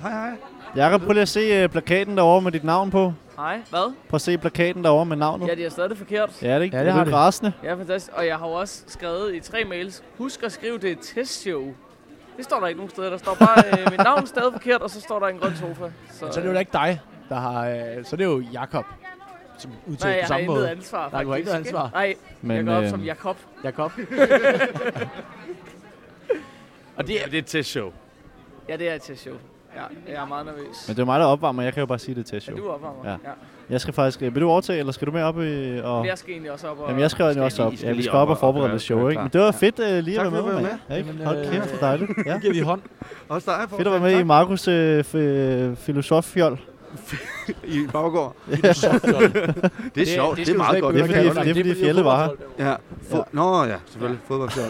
[SPEAKER 1] Hej, hej.
[SPEAKER 5] Jacob, prøv lige at se øh, plakaten derovre med dit navn på.
[SPEAKER 7] Hej, hvad?
[SPEAKER 5] Prøv at se plakaten derovre med navnet.
[SPEAKER 7] Ja, de har stadig det forkert.
[SPEAKER 5] Ja, det er ikke
[SPEAKER 4] Ja, det
[SPEAKER 5] ja, det
[SPEAKER 4] har
[SPEAKER 5] er du
[SPEAKER 4] de.
[SPEAKER 5] ikke rasende.
[SPEAKER 7] Ja, fantastisk. Og jeg har jo også skrevet i tre mails, husk at skrive det er et testshow. Det står der ikke nogen steder. Der står bare øh, mit navn stadig forkert, og så står der en grøn sofa.
[SPEAKER 4] Men så er det jo da ikke dig, der har... Øh, så er det jo Jakob, som
[SPEAKER 7] øh, Nej,
[SPEAKER 4] udtalte
[SPEAKER 7] jeg
[SPEAKER 4] på
[SPEAKER 7] har
[SPEAKER 4] samme
[SPEAKER 7] intet
[SPEAKER 4] måde.
[SPEAKER 7] ansvar,
[SPEAKER 4] Nej, du har ikke
[SPEAKER 7] faktisk.
[SPEAKER 4] noget ansvar.
[SPEAKER 7] Nej, jeg
[SPEAKER 5] Men
[SPEAKER 7] går op
[SPEAKER 5] øh,
[SPEAKER 7] som Jakob.
[SPEAKER 4] Jakob.
[SPEAKER 1] Og det er, det er et testshow.
[SPEAKER 7] Ja, det er et testshow. Ja, jeg er meget nervøs.
[SPEAKER 5] men det er jo mig, der opvarmer. Jeg kan jo bare sige det til
[SPEAKER 7] Ja,
[SPEAKER 5] show.
[SPEAKER 7] du opvarmer.
[SPEAKER 5] Ja.
[SPEAKER 7] Ja. ja.
[SPEAKER 5] Jeg skal faktisk... øh, Vil du overtage, eller skal du med op øh, og...
[SPEAKER 7] Men jeg skal egentlig også op og...
[SPEAKER 5] Jamen, jeg skrev den jo
[SPEAKER 1] I-
[SPEAKER 5] også op.
[SPEAKER 1] I skal
[SPEAKER 5] Ja, vi
[SPEAKER 1] lige
[SPEAKER 5] skal op
[SPEAKER 1] op
[SPEAKER 5] og
[SPEAKER 1] og-
[SPEAKER 5] forberede
[SPEAKER 1] og
[SPEAKER 5] det
[SPEAKER 1] gøre-
[SPEAKER 5] show,
[SPEAKER 1] gøre
[SPEAKER 5] ikke?
[SPEAKER 1] klar.
[SPEAKER 5] Men det var fedt øh, lige
[SPEAKER 1] Tak
[SPEAKER 5] at være
[SPEAKER 1] for
[SPEAKER 5] med,
[SPEAKER 1] at være
[SPEAKER 5] mand. Ja, ikke?
[SPEAKER 4] Jamen,
[SPEAKER 5] Hold
[SPEAKER 4] øh,
[SPEAKER 5] kæft, hvor dejligt. Ja.
[SPEAKER 4] Nu giver vi hånd.
[SPEAKER 1] Også dig, for
[SPEAKER 5] Fedt at være med i Markus øh, f- øh, filosoffjol.
[SPEAKER 1] i baggård. Det er
[SPEAKER 4] Det-
[SPEAKER 1] sjovt.
[SPEAKER 4] det
[SPEAKER 1] Det,
[SPEAKER 4] skal
[SPEAKER 1] er
[SPEAKER 4] du slet
[SPEAKER 1] meget
[SPEAKER 4] ikke
[SPEAKER 1] godt.
[SPEAKER 5] Det er
[SPEAKER 4] begynde
[SPEAKER 5] fordi,
[SPEAKER 4] at
[SPEAKER 1] Det
[SPEAKER 4] kalde
[SPEAKER 5] det er, fordi fjellet var her.
[SPEAKER 1] ja. Fod, Nå ja, selvfølgelig. Fodboldfjol.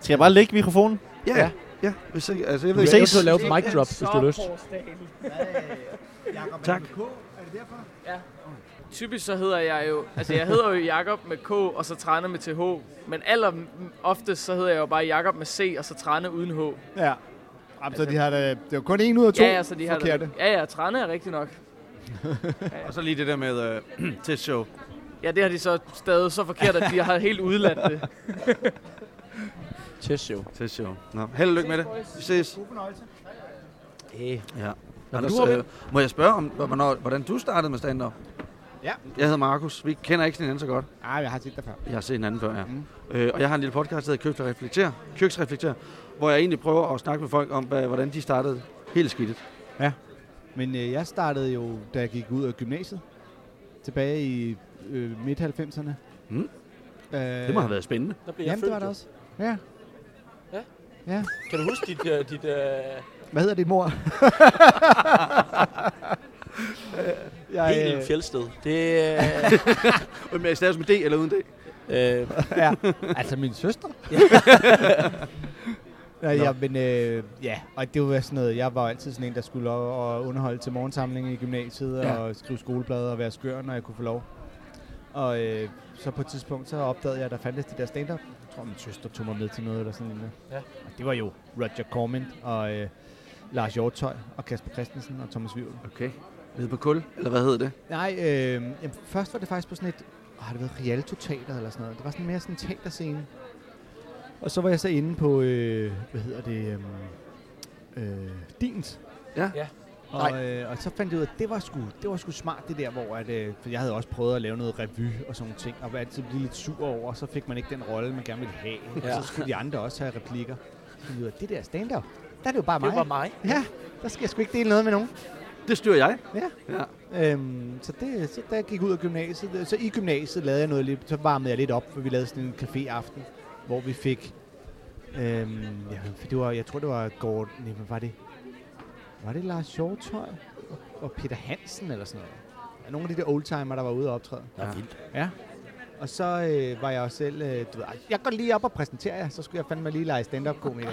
[SPEAKER 5] Skal jeg bare lægge mikrofonen?
[SPEAKER 1] Ja, ja. ja. Hvis ikke, altså, jeg ved
[SPEAKER 4] Vi
[SPEAKER 1] ikke.
[SPEAKER 4] ses. Du lave et mic drop, hvis du har lyst.
[SPEAKER 1] Tak.
[SPEAKER 7] Typisk så hedder jeg jo, altså jeg hedder jo Jakob med K og så Trane med TH, men aller oftest så hedder jeg jo bare Jakob med C og så Trane uden H.
[SPEAKER 6] Ja. Jamen, så de har da, det var kun en ud af to
[SPEAKER 7] ja, ja, så de har
[SPEAKER 6] forkerte.
[SPEAKER 7] det. Ja, ja, Trane er rigtig nok.
[SPEAKER 1] Og så lige det der med uh, testshow.
[SPEAKER 7] Ja, det har de så stadig så forkert, at de har helt udladt det.
[SPEAKER 4] Testshow.
[SPEAKER 1] Testshow. Nå, held og lykke med det. Vi ses.
[SPEAKER 4] Hey.
[SPEAKER 1] Ja.
[SPEAKER 4] Nå,
[SPEAKER 1] Anders,
[SPEAKER 4] du har
[SPEAKER 1] øh, må jeg spørge om, hvornår, hvordan du startede med stand-up?
[SPEAKER 6] Ja.
[SPEAKER 1] Jeg hedder Markus. Vi kender ikke hinanden så godt.
[SPEAKER 6] Nej, jeg har set dig før.
[SPEAKER 1] Jeg har set hinanden før, ja.
[SPEAKER 6] Mm.
[SPEAKER 1] Mm. Øh, og jeg har en lille podcast, der hedder Køks Reflekter, Køks Reflekter, hvor jeg egentlig prøver at snakke med folk om, hvad, hvordan de startede helt skidtet.
[SPEAKER 6] Men øh, jeg startede jo, da jeg gik ud af gymnasiet. Tilbage i øh, midt-90'erne.
[SPEAKER 1] Mm.
[SPEAKER 8] Øh,
[SPEAKER 1] Det må have været spændende.
[SPEAKER 8] Der blev jeg Jamen, født. det var det jo. også.
[SPEAKER 5] Ja.
[SPEAKER 8] Ja.
[SPEAKER 5] Ja.
[SPEAKER 8] Kan du huske dit... øh, dit øh,
[SPEAKER 5] Hvad hedder dit mor? Øh, jeg,
[SPEAKER 8] helt
[SPEAKER 5] øh,
[SPEAKER 8] fjeldsted? Det, øh,
[SPEAKER 1] Men er det stadig med D eller uden D?
[SPEAKER 8] øh,
[SPEAKER 5] ja,
[SPEAKER 8] altså min søster.
[SPEAKER 5] Nå.
[SPEAKER 8] Nej, ja, men øh, ja, og det var sådan noget, jeg var altid sådan en, der skulle op og underholde til morgensamlingen i gymnasiet,
[SPEAKER 5] Ja.
[SPEAKER 8] ja. og skrive skoleblade og være skør, når jeg kunne få lov. Og øh, så på et tidspunkt, så opdagede jeg, at der fandtes det der stand-up. Jeg tror, min søster tog mig med til noget eller sådan noget. Ja. Og det var jo Roger Corman og øh, Lars Hjortøj og Kasper Christensen og Thomas Wivel.
[SPEAKER 1] Okay. Nede på kul, eller hvad hedder det?
[SPEAKER 8] Nej, øh, jamen, først var det faktisk på sådan et, åh, har det været Rialto Teater eller sådan noget. Det var sådan mere sådan en teaterscene. Og så var jeg så inde på, øh, hvad hedder det, øh, øh, Dins.
[SPEAKER 1] Ja.
[SPEAKER 4] Ja.
[SPEAKER 8] Og, øh, og så fandt jeg ud af, at det var sgu, det var sgu smart det der, hvor at, øh, for jeg havde også prøvet at lave noget revy og sådan nogle ting, og var altid blive lidt sur over, og så fik man ikke den rolle, man gerne ville have. Ja. Og så skulle de andre også have replikker. Så fandt jeg ud af, det der stand-up, der er det jo bare mig.
[SPEAKER 4] Det var mig.
[SPEAKER 8] Ja, der skal jeg sgu ikke dele noget med nogen.
[SPEAKER 1] Det styrer jeg.
[SPEAKER 8] Øhm, så, det, så da jeg gik ud af gymnasiet, øh, så i gymnasiet lavede jeg noget lidt, så varmede jeg lidt op, for vi lavede sådan en caféaften, hvor vi fik, øhm, ja, for det var, jeg tror det var Gordon, nej, hvad var det? Var det Lars Hjortøj og, og Peter Hansen eller sådan noget? Ja, nogle af de der oldtimer, der var ude og optræde.
[SPEAKER 1] Ja.
[SPEAKER 8] Ja. Og så øh, var jeg også selv, øh, du ved, "Ej, jeg går lige op og præsenterer jer, så skulle jeg fandme lige lege stand-up-komiker.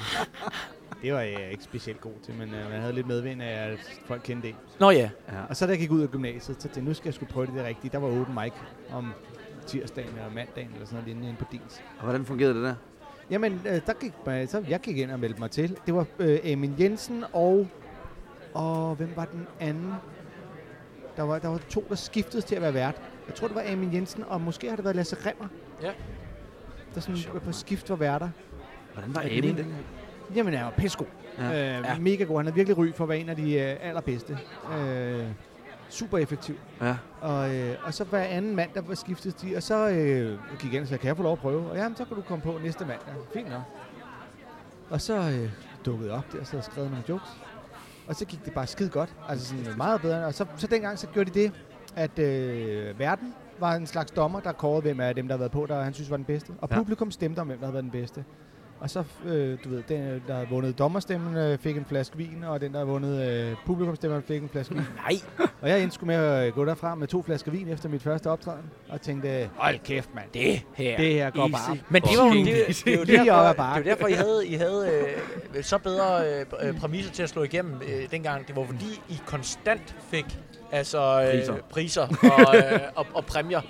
[SPEAKER 8] det var jeg ikke specielt god til, men øh, man havde lidt medvind af, at folk kendte det.
[SPEAKER 4] Nå ja,
[SPEAKER 1] ja.
[SPEAKER 8] Og så da jeg gik ud af gymnasiet, så tænkte jeg, nu skal jeg skulle prøve det der rigtige. Der var open mic om tirsdagen eller mandagen eller sådan noget inde på Dins.
[SPEAKER 1] Og hvordan fungerede det der?
[SPEAKER 8] Jamen, øh, der gik man, så jeg gik ind og meldte mig til. Det var øh, Amin Jensen og... Og hvem var den anden? Der var, der var to, der skiftede til at være vært. Jeg tror, det var Amin Jensen, og måske har det været Lasse Remmer.
[SPEAKER 4] Ja.
[SPEAKER 8] Der sådan på skift var værter.
[SPEAKER 1] Hvordan var Amin det?
[SPEAKER 8] Jamen, han var pissegod. Ja. Øh, ja. Mega god. Han havde virkelig ry for at være en af de øh, allerbedste. Øh, super effektiv.
[SPEAKER 1] Ja.
[SPEAKER 8] Og, øh, og så hver anden mand, der var skiftet de, og så øh, gik jeg ind og sagde, kan jeg få lov at prøve? Og jamen, så kan du komme på næste mandag. Fint nok. Og så øh, dukkede jeg op der, og så havde jeg skrevet nogle jokes. Og så gik det bare skide godt. Altså sådan meget bedre. Og så, så dengang, så gjorde de det, at øh, verden var en slags dommer, der kårede, hvem af dem, der havde været på, der han synes var den bedste. Og
[SPEAKER 1] Ja.
[SPEAKER 8] publikum stemte om, hvem der havde været den bedste. Og så, øh, du ved, den, der havde vundet dommerstemmen, øh, fik en flaske vin, og den, der havde vundet øh, publikumstemmen, fik en flaske vin. Og jeg endte sgu med at gå derfra med to flasker vin efter mit første optræden, og tænkte, hold kæft mand, det,
[SPEAKER 4] det her.
[SPEAKER 8] det her går bare.
[SPEAKER 4] Men det var jo
[SPEAKER 1] Fucking
[SPEAKER 4] det,
[SPEAKER 1] easy.
[SPEAKER 4] det, er jo
[SPEAKER 8] Lige
[SPEAKER 4] derfor,
[SPEAKER 8] op ad
[SPEAKER 4] det
[SPEAKER 8] bakke.
[SPEAKER 4] er jo derfor, I havde, I havde øh, så bedre øh, øh, præmisser til at slå igennem øh, dengang. Det var fordi, I konstant fik altså, øh,
[SPEAKER 1] Priser.
[SPEAKER 4] priser, priser og, øh, og, og præmier.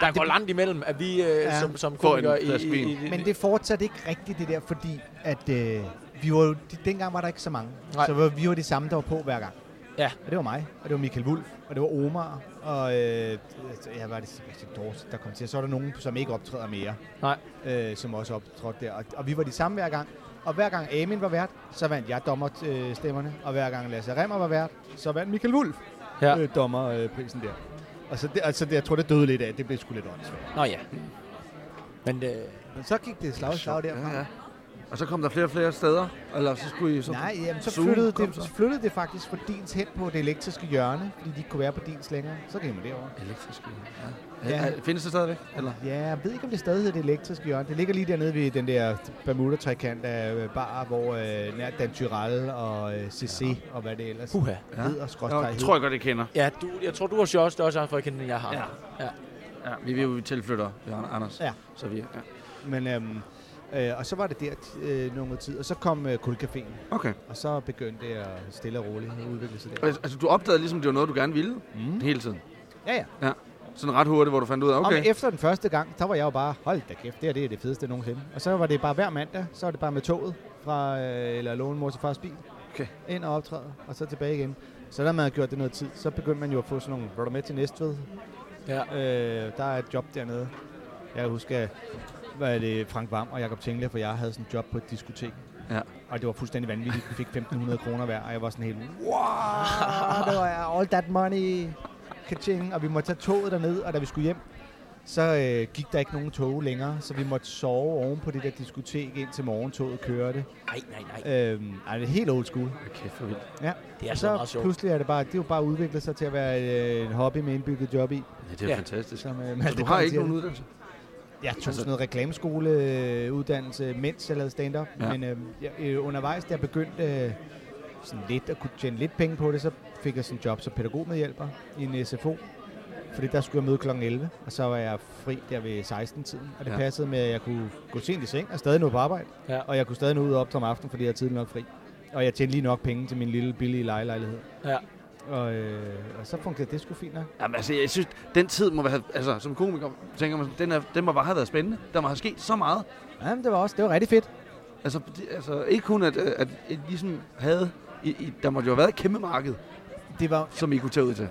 [SPEAKER 4] Der går langt imellem, at vi øh,
[SPEAKER 8] Ja.
[SPEAKER 4] ja. som, som
[SPEAKER 1] Får en
[SPEAKER 4] komikere...
[SPEAKER 1] flaske vin.
[SPEAKER 8] Men det fortsatte ikke rigtigt det der, fordi at øh, vi var, jo- de, dengang var der ikke så mange. Nej.
[SPEAKER 4] Nej.
[SPEAKER 8] Så var, vi var de samme, der var på hver gang.
[SPEAKER 4] Ja.
[SPEAKER 8] Og det var mig, og det var Michael Wulff, og det var Omar, og øh, altså, jeg var det rigtig dårligt, der kom til. Så var der nogen, som ikke optræder mere,
[SPEAKER 4] Nej.
[SPEAKER 8] øh, som også optrådte der. Og, og vi var de samme hver gang. Og hver gang Amin var vært, så vandt jeg dommerstemmerne. Og hver gang Lasse Remmer var vært, så vandt Michael Wulff
[SPEAKER 4] Ja.
[SPEAKER 8] øh, dommerprisen der. Og så det, altså det, jeg tror, det døde lidt af. Det blev sgu lidt åndssvagt.
[SPEAKER 4] Nå ja. Men øh,
[SPEAKER 8] Men så gik det slag i slag derfra.
[SPEAKER 1] Ja, ja. Og så kom der flere og flere steder, eller så skulle I så...
[SPEAKER 8] Nej, jamen, så,
[SPEAKER 1] Zoom
[SPEAKER 8] flyttede
[SPEAKER 1] kom
[SPEAKER 8] det,
[SPEAKER 1] så.
[SPEAKER 8] så flyttede det faktisk fra Dins hen på det elektriske hjørne, fordi de ikke kunne være på Dins længere. Så gik man derover.
[SPEAKER 1] Elektriske.
[SPEAKER 8] Ja.
[SPEAKER 1] Ja. ja. Findes det stadigvæk? Eller?
[SPEAKER 8] Ja, jeg ved ikke, om det stadig hedder det elektriske hjørne. Det ligger lige dernede ved den der Bermuda-trekant af øh, bar, hvor øh, nær Dan Tyrell og øh, CC ja. og hvad det ellers
[SPEAKER 4] puha.
[SPEAKER 1] Ja.
[SPEAKER 8] hedder.
[SPEAKER 1] Nå,
[SPEAKER 8] Skråstrej
[SPEAKER 1] det tror jeg godt, jeg kender.
[SPEAKER 4] Ja, du, jeg tror, du har sjovt også har fået kendt, end jeg har.
[SPEAKER 1] Ja.
[SPEAKER 4] Ja.
[SPEAKER 1] Ja, vi er jo tilflytter, Jørgen Anders.
[SPEAKER 8] Ja.
[SPEAKER 1] Så vi, ja.
[SPEAKER 8] hed. Men, øhm, øh, og så var det der øh, noget tid, og så kom øh, Kulcaféen,
[SPEAKER 1] Okay.
[SPEAKER 8] og så begyndte det at stille og roligt udvikle sig der.
[SPEAKER 1] Altså, altså, du opdagede ligesom, det var noget, du gerne ville
[SPEAKER 8] Mm.
[SPEAKER 1] hele tiden.
[SPEAKER 8] Ja, ja.
[SPEAKER 1] Sådan ret hurtigt, hvor du fandt ud af,
[SPEAKER 8] Okay. Og
[SPEAKER 1] okay,
[SPEAKER 8] men efter den første gang, der var jeg jo bare, hold da kæft, det her det er det fedeste nogensinde. Og så var det bare hver mandag, så var det bare med toget fra, øh, eller låne mors og fars bil,
[SPEAKER 1] Okay.
[SPEAKER 8] ind og optræde, og så tilbage igen. Så da man havde gjort det noget tid, så begyndte man jo at få sådan nogle, var du med til Næstved?
[SPEAKER 4] Ja.
[SPEAKER 8] Øh, der er et job dernede. Jeg husker, hvad er det, Frank Vam og Jakob Tingle, for jeg havde sådan et job på et diskotek.
[SPEAKER 1] Ja.
[SPEAKER 8] Og det var fuldstændig vanvittigt. Vi fik 1.500 kroner hver, og jeg var sådan helt, wow, det var all that money. Kaching, og vi måtte tage toget derned, og da vi skulle hjem, så øh, gik der ikke nogen tog længere, så vi måtte sove oven på det der diskotek, indtil morgentoget kørte.
[SPEAKER 4] Nej, nej, nej.
[SPEAKER 8] Øhm, ej, det er helt old school.
[SPEAKER 1] kæft for vildt.
[SPEAKER 4] Det er
[SPEAKER 8] og
[SPEAKER 4] så meget
[SPEAKER 8] så
[SPEAKER 4] sjovt.
[SPEAKER 8] pludselig er det bare, det er jo bare udviklet sig til at være øh, en hobby med indbygget job i.
[SPEAKER 1] Ja, det er
[SPEAKER 4] Ja.
[SPEAKER 1] fantastisk.
[SPEAKER 8] Som, øh,
[SPEAKER 1] Så
[SPEAKER 8] Malte
[SPEAKER 1] du
[SPEAKER 8] kom
[SPEAKER 1] har ikke
[SPEAKER 8] til at-
[SPEAKER 1] nogen uddannelse?
[SPEAKER 8] Jeg tog
[SPEAKER 1] Altså-
[SPEAKER 8] sådan noget reklameskoleuddannelse, mens jeg lavede stand-up.
[SPEAKER 1] Ja.
[SPEAKER 8] Ja. Men øh, jeg, øh, undervejs, da jeg begyndte øh, sådan lidt at kunne tjene lidt penge på det, så fik jeg sådan en job som pædagogmedhjælper i en SFO. Fordi der skulle jeg møde kl. 11, og så var jeg fri der ved 16-tiden. Og det
[SPEAKER 1] Ja.
[SPEAKER 8] ja. passede med, at jeg kunne gå sent i seng og stadig nå på arbejde.
[SPEAKER 9] Ja.
[SPEAKER 8] Og jeg kunne stadig nå ud og optage om aftenen, fordi jeg er tidlig nok fri. Og jeg tjente lige nok penge til min lille billige lejelejlighed.
[SPEAKER 9] Ja.
[SPEAKER 8] Og, øh, og så fungerede det sgu fint nok.
[SPEAKER 1] Jamen, altså, jeg synes, den tid må være, altså, som komiker, tænker man, sådan, den, er, den må bare have været spændende. Der må have sket så meget.
[SPEAKER 8] Jamen, det var også det var rigtig fedt.
[SPEAKER 1] Altså, det, altså ikke kun, at, at, at I ligesom havde, I, I, der måtte jo have været et kæmpe marked,
[SPEAKER 8] Det var,
[SPEAKER 1] som I kunne tage ud til.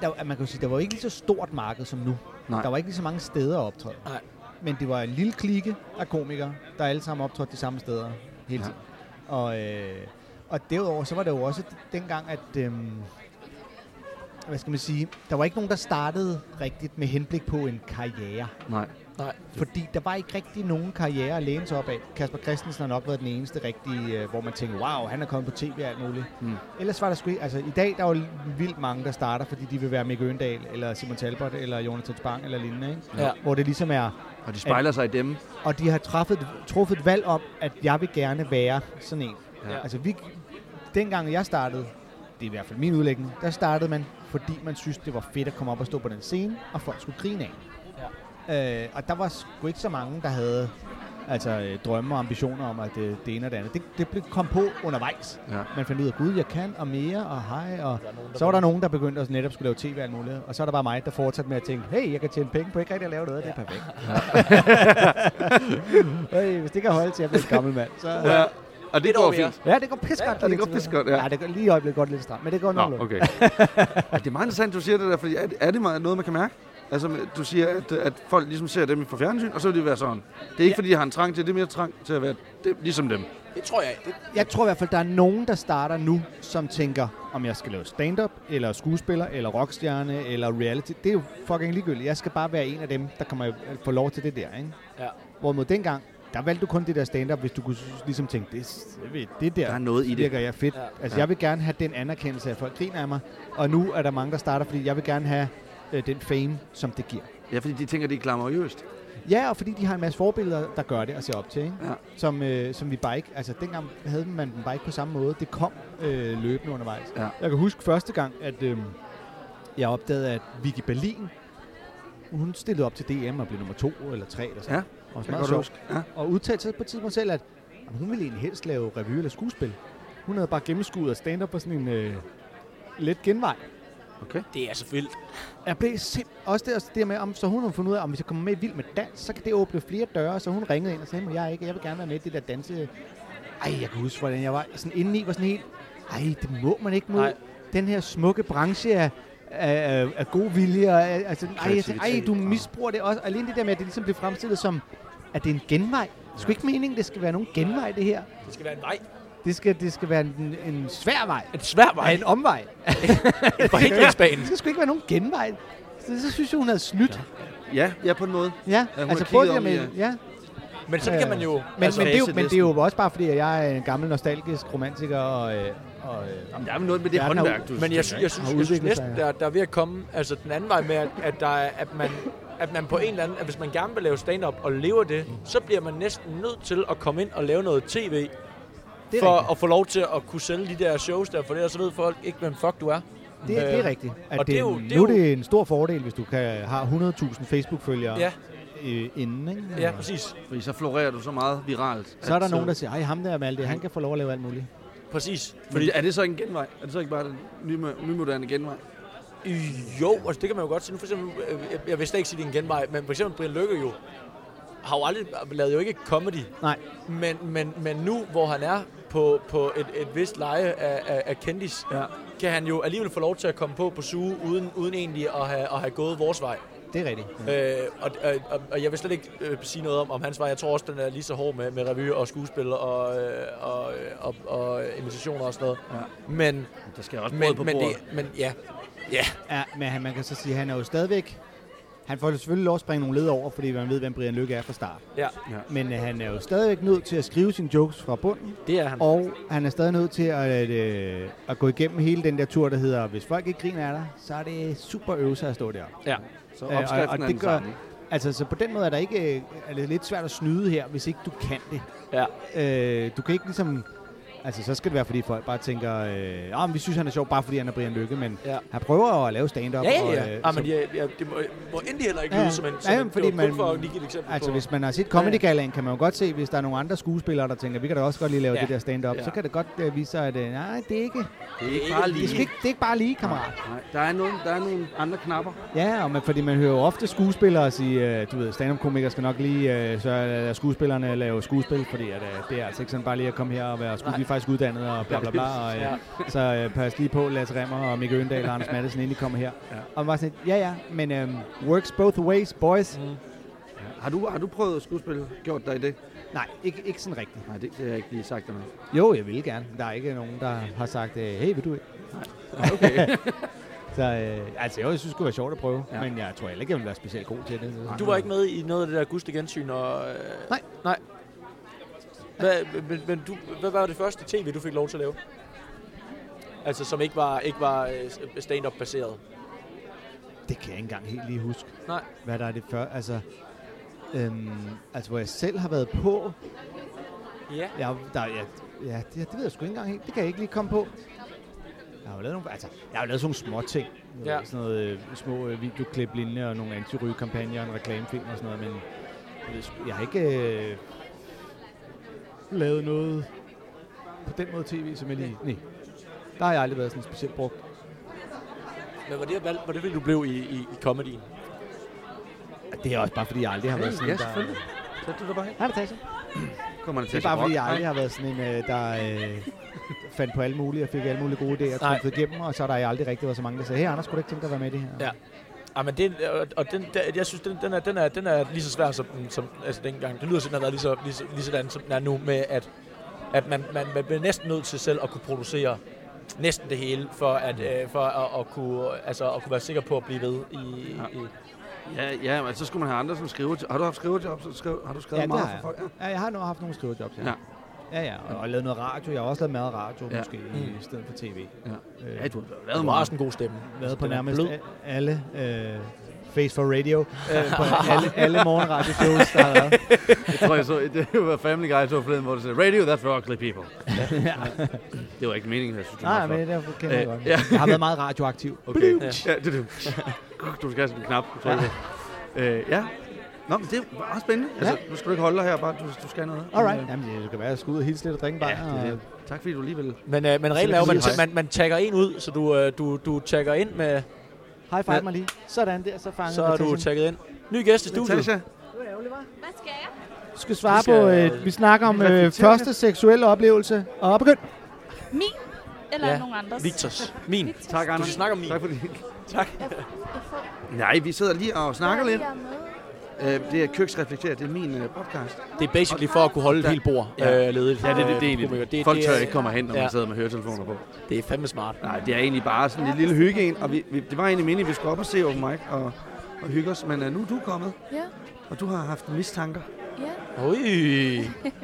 [SPEAKER 8] der, at man kan jo sige, der var ikke lige så stort marked som nu.
[SPEAKER 1] Nej.
[SPEAKER 8] Der var ikke lige så mange steder at optræde.
[SPEAKER 9] Nej.
[SPEAKER 8] Men det var en lille klike af komikere, der alle sammen optrådte de samme steder hele
[SPEAKER 1] Ja.
[SPEAKER 8] tiden. Og, øh, og derudover, så var det jo også d- dengang, at... øhm, hvad skal man sige? Der var ikke nogen, der startede rigtigt med henblik på en karriere.
[SPEAKER 1] Nej.
[SPEAKER 8] Fordi der var ikke rigtig nogen karriere at læne sig op af. Kasper Christensen har nok været den eneste rigtige, øh, hvor man tænker, wow, han er kommet på tv og alt muligt.
[SPEAKER 1] Mm.
[SPEAKER 8] Mm. Ellers var der sgu ikke- altså i dag der er jo vildt mange, der starter, fordi de vil være Mikke Øndal, eller Simon Talbot, eller Jonathan Spang, eller lignende, ikke?
[SPEAKER 9] Ja.
[SPEAKER 8] Hvor det ligesom er,
[SPEAKER 1] Og de spejler sig i dem.
[SPEAKER 8] og de har truffet, truffet et valg om, at jeg vil gerne være sådan en.
[SPEAKER 1] Ja.
[SPEAKER 8] Ja. Altså vi, dengang jeg startede, det er i hvert fald min udlægning, der startede man, fordi man synes, det var fedt at komme op og stå på den scene, og folk skulle grine af. Ja. Øh, og der var sgu ikke så mange, der havde altså, øh, drømme og ambitioner om, at øh, det ene og det andet. Det, det blev kom på undervejs.
[SPEAKER 1] Ja.
[SPEAKER 8] Man fandt ud af, gud, jeg kan, og mere, og hej, og så var der nogen, der begyndte at netop skulle lave tv og alt muligt. Og så er der bare mig, der fortsatte med at tænke, hey, jeg kan tjene penge på ikke rigtig at lave noget, ja. det er perfekt. Ja. hey, hvis det kan holde til, at jeg bliver en gammel mand, så... Ja.
[SPEAKER 1] ja. Og det går fint.
[SPEAKER 8] Ja, det går pis godt.
[SPEAKER 1] Ja, det
[SPEAKER 8] lige
[SPEAKER 1] går
[SPEAKER 8] indtil
[SPEAKER 1] pis
[SPEAKER 8] videre.
[SPEAKER 1] godt, ja.
[SPEAKER 8] ja. det går lige i øjeblikket godt lidt stramt, men det går nok.
[SPEAKER 1] Nå, okay. ja, det er meget interessant, du siger det der, fordi er, er det meget noget, man kan mærke? Altså, du siger, at, at folk ligesom ser dem fra fjernsyn, og så vil de være sådan. Det er ikke, ja. fordi de har en trang til det, det er mere trang til at være dem, ligesom dem.
[SPEAKER 3] Det tror jeg. Det,
[SPEAKER 8] Jeg tror i hvert fald, der er nogen, der starter nu, som tænker, om jeg skal lave stand-up, eller skuespiller, eller rockstjerne, eller reality. Det er jo fucking ligegyldigt. Jeg skal bare være en af dem, der kommer få lov til det der, ikke?
[SPEAKER 9] Ja.
[SPEAKER 8] Hvorimod dengang, der valgte du kun det der stand-up, hvis du kunne s- ligesom tænke, det, jeg ved, det der,
[SPEAKER 1] Der er noget i det.
[SPEAKER 8] virker jeg fedt.
[SPEAKER 9] Ja.
[SPEAKER 8] Ja. Altså,
[SPEAKER 1] Ja.
[SPEAKER 8] jeg vil gerne have den anerkendelse, at folk griner af mig. Og nu er der mange, der starter, fordi jeg vil gerne have øh, den fame, som det giver.
[SPEAKER 1] Ja, fordi de tænker, det er glamourøst.
[SPEAKER 8] Ja, og fordi de har en masse forbilleder, der gør det og ser op til, ikke?
[SPEAKER 1] Ja.
[SPEAKER 8] Som, øh, som vi bare ikke... Altså, dengang havde man den bare ikke på samme måde. Det kom øh, løbende undervejs.
[SPEAKER 1] Ja.
[SPEAKER 8] Jeg kan huske første gang, at øh, jeg opdagede, at Vicky Berlin, hun stillede op til DM og blev nummer to eller tre eller sådan.
[SPEAKER 1] Ja,
[SPEAKER 8] og
[SPEAKER 1] Kan godt huske. Ja.
[SPEAKER 8] og udtalte sig på et tidspunkt selv, at jamen, hun ville egentlig helst lave revy eller skuespil. Hun havde bare gennemskuet og stand-up på sådan en øh, let genvej.
[SPEAKER 9] Det er så vildt.
[SPEAKER 8] Jeg blev simpelthen også det, også det der med, om, så hun har fundet ud af, om hvis jeg kommer med i Vild med Dans, så kan det åbne flere døre, så hun ringede ind og sagde, at jeg er ikke, jeg vil gerne være med i det der danse. Ej, jeg kan huske, hvordan jeg var sådan indeni, var sådan helt, ej, det må man ikke mod.
[SPEAKER 9] Nej.
[SPEAKER 8] Den her smukke branche af, af, af- af god vilje, og, af- altså, ej, jeg tænkte, ej,
[SPEAKER 1] Kreativitet,
[SPEAKER 8] du
[SPEAKER 1] og-
[SPEAKER 8] misbruger det også. Og alene det der med, at det ligesom blev fremstillet som, at det er en genvej. Det skulle ikke meningen, det skal være nogen genvej, det her.
[SPEAKER 9] Det skal være en vej.
[SPEAKER 8] Det skal, det skal være en, en svær vej.
[SPEAKER 9] En svær vej.
[SPEAKER 8] Ej, en omvej.
[SPEAKER 9] En forhindringsbane.
[SPEAKER 8] Det skulle ikke være nogen genvej. Så, så synes jeg, hun havde snydt.
[SPEAKER 1] Ja, ja, på en måde.
[SPEAKER 8] Ja,
[SPEAKER 1] Ja, hun
[SPEAKER 8] altså
[SPEAKER 1] har
[SPEAKER 8] både
[SPEAKER 1] kigget
[SPEAKER 8] det
[SPEAKER 1] om
[SPEAKER 8] med,
[SPEAKER 1] i,
[SPEAKER 8] ja.
[SPEAKER 9] Men så kan man jo...
[SPEAKER 8] Men, altså, men, det er jo, men det er jo også bare fordi, at jeg er en gammel nostalgisk romantiker, og, øh, og øh,
[SPEAKER 1] Der er vel noget med det
[SPEAKER 8] Ja, den er
[SPEAKER 1] håndværk, du
[SPEAKER 9] Men jeg, sy- jeg,
[SPEAKER 1] tænker, ikke?
[SPEAKER 9] synes,
[SPEAKER 8] Har
[SPEAKER 9] jeg synes
[SPEAKER 8] udviklet sig,
[SPEAKER 9] næsten,
[SPEAKER 8] ja.
[SPEAKER 9] der, der er ved at komme altså, den anden vej med, at, at, der er, at, man, at man på en eller anden... At hvis man gerne vil lave stand-up og lever det, så bliver man næsten nødt til at komme ind og lave noget tv,
[SPEAKER 8] det er
[SPEAKER 9] for
[SPEAKER 8] rigtigt.
[SPEAKER 9] at få lov til at kunne sælge de der shows der, for ellers så ved folk ikke, hvem fuck du er.
[SPEAKER 8] Det, er- det
[SPEAKER 9] Øh,
[SPEAKER 8] er rigtigt. At
[SPEAKER 9] og
[SPEAKER 8] det,
[SPEAKER 9] det er
[SPEAKER 8] er
[SPEAKER 9] jo-
[SPEAKER 8] en-
[SPEAKER 9] det er
[SPEAKER 8] nu er
[SPEAKER 9] jo-
[SPEAKER 8] det en stor fordel, hvis du kan har 100.000 Facebook-følgere
[SPEAKER 9] Ja.
[SPEAKER 8] øh, inden. Ikke?
[SPEAKER 9] Ja, præcis.
[SPEAKER 1] Fordi så florerer du så meget viralt.
[SPEAKER 8] Så er der
[SPEAKER 1] at, øh,
[SPEAKER 8] nogen, der siger, ej, ham der med alt det, han kan få lov at lave alt muligt.
[SPEAKER 9] Præcis.
[SPEAKER 1] Fordi er det så ikke en genvej? Er det så ikke bare den nye, nymoderne genvej?
[SPEAKER 9] Øh, Jo, altså det kan man jo godt sige. Nu for eksempel, øh, jeg, jeg vil slet ikke sige, det er en genvej, men for eksempel Brian Lykke jo, har jo aldrig lavet jo ikke comedy.
[SPEAKER 8] Nej.
[SPEAKER 9] Men, men, men nu, hvor han er på, på et, et vist leje af, af, af kendis, ja. kan han jo alligevel få lov til at komme på på suge, uden, uden egentlig at have, at have gået vores vej.
[SPEAKER 8] Det er rigtigt. Ja.
[SPEAKER 9] Øh, og, og, og, og jeg vil slet ikke øh, sige noget om, om hans vej. Jeg tror også, den er lige så hård med, med revy og skuespil og, øh, og, og, og invitationer og sådan noget. Ja. Men,
[SPEAKER 1] Der skal også brød
[SPEAKER 9] men,
[SPEAKER 1] på
[SPEAKER 9] men,
[SPEAKER 1] bordet.
[SPEAKER 9] det, men ja,
[SPEAKER 8] Ja, men han- man kan så sige, at han er jo stadigvæk... Han får jo selvfølgelig lov at springe nogle led over, fordi man ved, hvem Brian Lykke er fra start.
[SPEAKER 9] Ja.
[SPEAKER 1] Ja.
[SPEAKER 8] Men øh, han er jo stadigvæk nødt til at skrive sine jokes fra bunden,
[SPEAKER 9] det er han.
[SPEAKER 8] Og han er stadig nødt til at, øh, at gå igennem hele den der tur, der hedder, hvis folk ikke griner af dig, så er det super øvelse at stå der.
[SPEAKER 1] Så
[SPEAKER 8] Øh, og- og
[SPEAKER 1] opskriften er
[SPEAKER 8] det
[SPEAKER 1] den
[SPEAKER 8] gør-
[SPEAKER 1] samme.
[SPEAKER 8] Altså, så på den måde er der ikke øh, er det lidt svært at snyde her, hvis ikke du kan det.
[SPEAKER 4] Ja.
[SPEAKER 8] Øh, du kan ikke ligesom... Altså, så skal det være, fordi folk bare tænker, øh, "Ah, men vi synes, han er sjov, bare fordi han er Brian Lykke, men
[SPEAKER 4] Ja.
[SPEAKER 8] han prøver jo at lave stand-up.
[SPEAKER 4] Ja,
[SPEAKER 8] og,
[SPEAKER 4] ja, ja.
[SPEAKER 8] øh,
[SPEAKER 4] Ah,
[SPEAKER 8] så-
[SPEAKER 4] men ja, ja, det må, må endelig heller ikke
[SPEAKER 8] Ja,
[SPEAKER 4] lyde
[SPEAKER 8] ja.
[SPEAKER 4] som en...
[SPEAKER 8] Ja,
[SPEAKER 4] Som
[SPEAKER 8] ja,
[SPEAKER 4] en-
[SPEAKER 8] fordi
[SPEAKER 4] det var
[SPEAKER 8] man-
[SPEAKER 4] Kun for at lige give et eksempel
[SPEAKER 8] Altså,
[SPEAKER 4] på...
[SPEAKER 8] hvis man har set
[SPEAKER 4] ja.
[SPEAKER 8] comedy galaen kan man jo godt se, hvis der er nogle andre skuespillere, der tænker, vi kan da også godt lige lave
[SPEAKER 4] Ja.
[SPEAKER 8] det der stand-up,
[SPEAKER 4] Ja.
[SPEAKER 8] så kan det godt øh, vise sig, at øh, nej, det er ikke, det
[SPEAKER 4] Det er ikke
[SPEAKER 10] bare
[SPEAKER 8] er sgu ikke, det er ikke bare lige, kammerat.
[SPEAKER 1] Nej, der er, nogle, der er nogle andre knapper.
[SPEAKER 8] Ja, og man, fordi man hører jo ofte skuespillere sige, øh, du ved, stand-up-komikere skal nok lige øh, sørge, at lade skuespillerne lave skuespil, fordi at, øh, det er altså ikke sådan bare lige at komme her og være skuespiller. Vi er faktisk uddannet og bla bla bla. Og, øh, Så øh, pas lige på, Lasse Remmer og Mikke Øndal og Anders Mattesen inden de kommer her. Ja. Og man var sådan, lidt, ja ja, men øh, works both ways, boys. Mm.
[SPEAKER 1] Har du, har du prøvet at skuespille? Gjort dig det?
[SPEAKER 8] Nej, ikke, ikke sådan rigtigt.
[SPEAKER 1] Nej, det, det har jeg ikke lige sagt dig med.
[SPEAKER 8] Jo, jeg vil gerne. Der er ikke nogen, der har sagt, øh, hey, vil du ikke?
[SPEAKER 1] Okay.
[SPEAKER 8] Så øh, altså, jo, jeg synes, det kunne være sjovt at prøve, ja.
[SPEAKER 1] Ja.
[SPEAKER 8] men jeg tror heller ikke, jeg vil være specielt god til det.
[SPEAKER 4] Du var ikke med i noget af det der Guste Gensyn og... øh,
[SPEAKER 8] Nej.
[SPEAKER 4] Nej. Hvad, men, men du, hvad var det første tv, du fik lov til at lave? Altså, som ikke var, ikke var øh, stand-up-baseret.
[SPEAKER 8] Det kan jeg ikke engang helt lige huske.
[SPEAKER 4] Nej.
[SPEAKER 8] Hvad der er det før? Altså, øhm, altså hvor jeg selv har været på.
[SPEAKER 4] Ja.
[SPEAKER 8] Jeg, der, jeg, ja, det, det ved jeg sgu ikke engang helt. Det kan jeg ikke lige komme på. Jeg har jo lavet nogle, altså, jeg har jo lavet sådan nogle små ting.
[SPEAKER 4] Ja.
[SPEAKER 8] Ja. Sådan noget øh, små øh, videoklip linjer og nogle anti-ryge-kampagner og en reklamefilm og sådan noget, men jeg, ved, sgu- jeg har ikke øh, lavet noget på den måde tv, som jeg lige... Nej. Der har jeg aldrig været sådan specielt brugt.
[SPEAKER 4] Men var det, valg, var det fordi du blev i, i, i comedyen?
[SPEAKER 8] Det er også bare, fordi jeg aldrig har været sådan,
[SPEAKER 1] ja,
[SPEAKER 8] der...
[SPEAKER 1] selvfølgelig. Sæt du dig bare hen.
[SPEAKER 8] Har det taget
[SPEAKER 1] Kommer det til
[SPEAKER 8] Det er
[SPEAKER 1] at se
[SPEAKER 8] bare fordi,
[SPEAKER 1] rock?
[SPEAKER 8] jeg aldrig
[SPEAKER 1] Nej.
[SPEAKER 8] har været sådan en, øh, der øh, fandt på alle mulige og fik alle mulige gode idéer og trumfede igennem, og så har der aldrig rigtig været så mange, der sagde, hey Anders, skulle du ikke tænke dig at være med i det her?
[SPEAKER 4] Ja. Ej, Ah, men det, og, og den, der, jeg synes, den, den, er, den, er, den er lige så svær som, den- som altså dengang. Det lyder sådan, at den har været lige så, lige, så, lige sådan, som den er nu, med at, at man, man, man bliver næsten nødt til selv at kunne producere næsten det hele, for at, øh, for at, at, kunne, altså, at kunne være sikker på at blive ved i... Ja. i
[SPEAKER 1] Ja, ja, men så skulle man have andre som skriver. Har du haft skrivejob? Så skrive, har du skrevet
[SPEAKER 8] Ja, det
[SPEAKER 1] meget
[SPEAKER 8] har
[SPEAKER 1] for folk? Ja.
[SPEAKER 8] Ja, jeg har nu haft nogle skrivejobs, ja.
[SPEAKER 1] Ja.
[SPEAKER 8] Ja, ja, og, og lavet noget radio. Jeg har også lavet meget radio,
[SPEAKER 1] Ja. Mm.
[SPEAKER 8] måske, i stedet for tv.
[SPEAKER 1] Ja.
[SPEAKER 8] Øh,
[SPEAKER 1] ja, du har
[SPEAKER 4] det
[SPEAKER 1] lavet
[SPEAKER 4] var
[SPEAKER 1] meget.
[SPEAKER 4] også en god stemme. Altså,
[SPEAKER 8] Været på
[SPEAKER 4] Den er
[SPEAKER 8] nærmest
[SPEAKER 4] blød.
[SPEAKER 8] a- alle øh, Face for Radio, øh, på alle, alle morgenradio-shows, der har været.
[SPEAKER 1] Jeg tror, jeg så, det var Family Guy, jeg så forleden, hvor det sagde, Radio, that's for ugly people. det var ikke meningen, jeg synes, det
[SPEAKER 8] Nej,
[SPEAKER 1] var
[SPEAKER 8] men
[SPEAKER 1] flot.
[SPEAKER 8] det er- kender jeg
[SPEAKER 1] Øh,
[SPEAKER 8] godt.
[SPEAKER 1] ja.
[SPEAKER 8] Jeg har været meget radioaktiv.
[SPEAKER 1] Okay. Ja, det, det. Du skal have sådan en knap, du trykker. Øh, ja. Nå, men det er også spændende. Altså, nu skal du ikke holde dig her, bare du, du skal noget. Øh,
[SPEAKER 8] Alright. Jamen, det kan være, at jeg skal ud og hilse lidt og drikke en
[SPEAKER 1] Ja,
[SPEAKER 8] bajer,
[SPEAKER 1] det er
[SPEAKER 8] og-
[SPEAKER 1] det. Tak fordi øh. du lige vil...
[SPEAKER 4] Men, øh, men reglen er jo, man, man, man tagger en ud, så du, øh, du, du tagger ind med...
[SPEAKER 8] High five
[SPEAKER 4] Ja.
[SPEAKER 8] mig lige. Sådan der, så fanger
[SPEAKER 4] Så er du
[SPEAKER 8] Natasha.
[SPEAKER 4] tagget ind. Ny gæst i studiet.
[SPEAKER 1] Natasha,
[SPEAKER 8] Du skal svare
[SPEAKER 4] skal-
[SPEAKER 8] på, øh, vi snakker om øh, første seksuelle oplevelse. Og begynd.
[SPEAKER 11] Eller
[SPEAKER 4] Ja.
[SPEAKER 11] ja. nogen andres.
[SPEAKER 4] Viktors. Min. Du
[SPEAKER 1] tak,
[SPEAKER 4] skal
[SPEAKER 1] Anders.
[SPEAKER 4] snakke om min.
[SPEAKER 1] Tak fordi... Nej, vi sidder lige og snakker lidt. Øh, det er Køks Reflekterer, det er min øh, podcast.
[SPEAKER 4] Det er basically for at kunne holde et
[SPEAKER 1] Der-
[SPEAKER 4] helt bord øh,
[SPEAKER 1] Ja.
[SPEAKER 4] ledigt.
[SPEAKER 1] Ja, det, det, det er
[SPEAKER 4] Øh,
[SPEAKER 1] egentlig det.
[SPEAKER 4] det-
[SPEAKER 1] Folk
[SPEAKER 4] det
[SPEAKER 1] tør
[SPEAKER 4] er-
[SPEAKER 1] ikke komme hen, når man
[SPEAKER 4] ja.
[SPEAKER 1] sidder med høretelefoner på.
[SPEAKER 4] Det er fandme smart.
[SPEAKER 1] Nej, det er egentlig bare sådan en lille hygge ind, og vi, vi, det var egentlig meningen, at vi skulle op og se Open Mic og, og hygge os, men uh, nu er du kommet,
[SPEAKER 11] Ja.
[SPEAKER 1] og du har haft mistanker.
[SPEAKER 11] Ja,
[SPEAKER 4] Ui,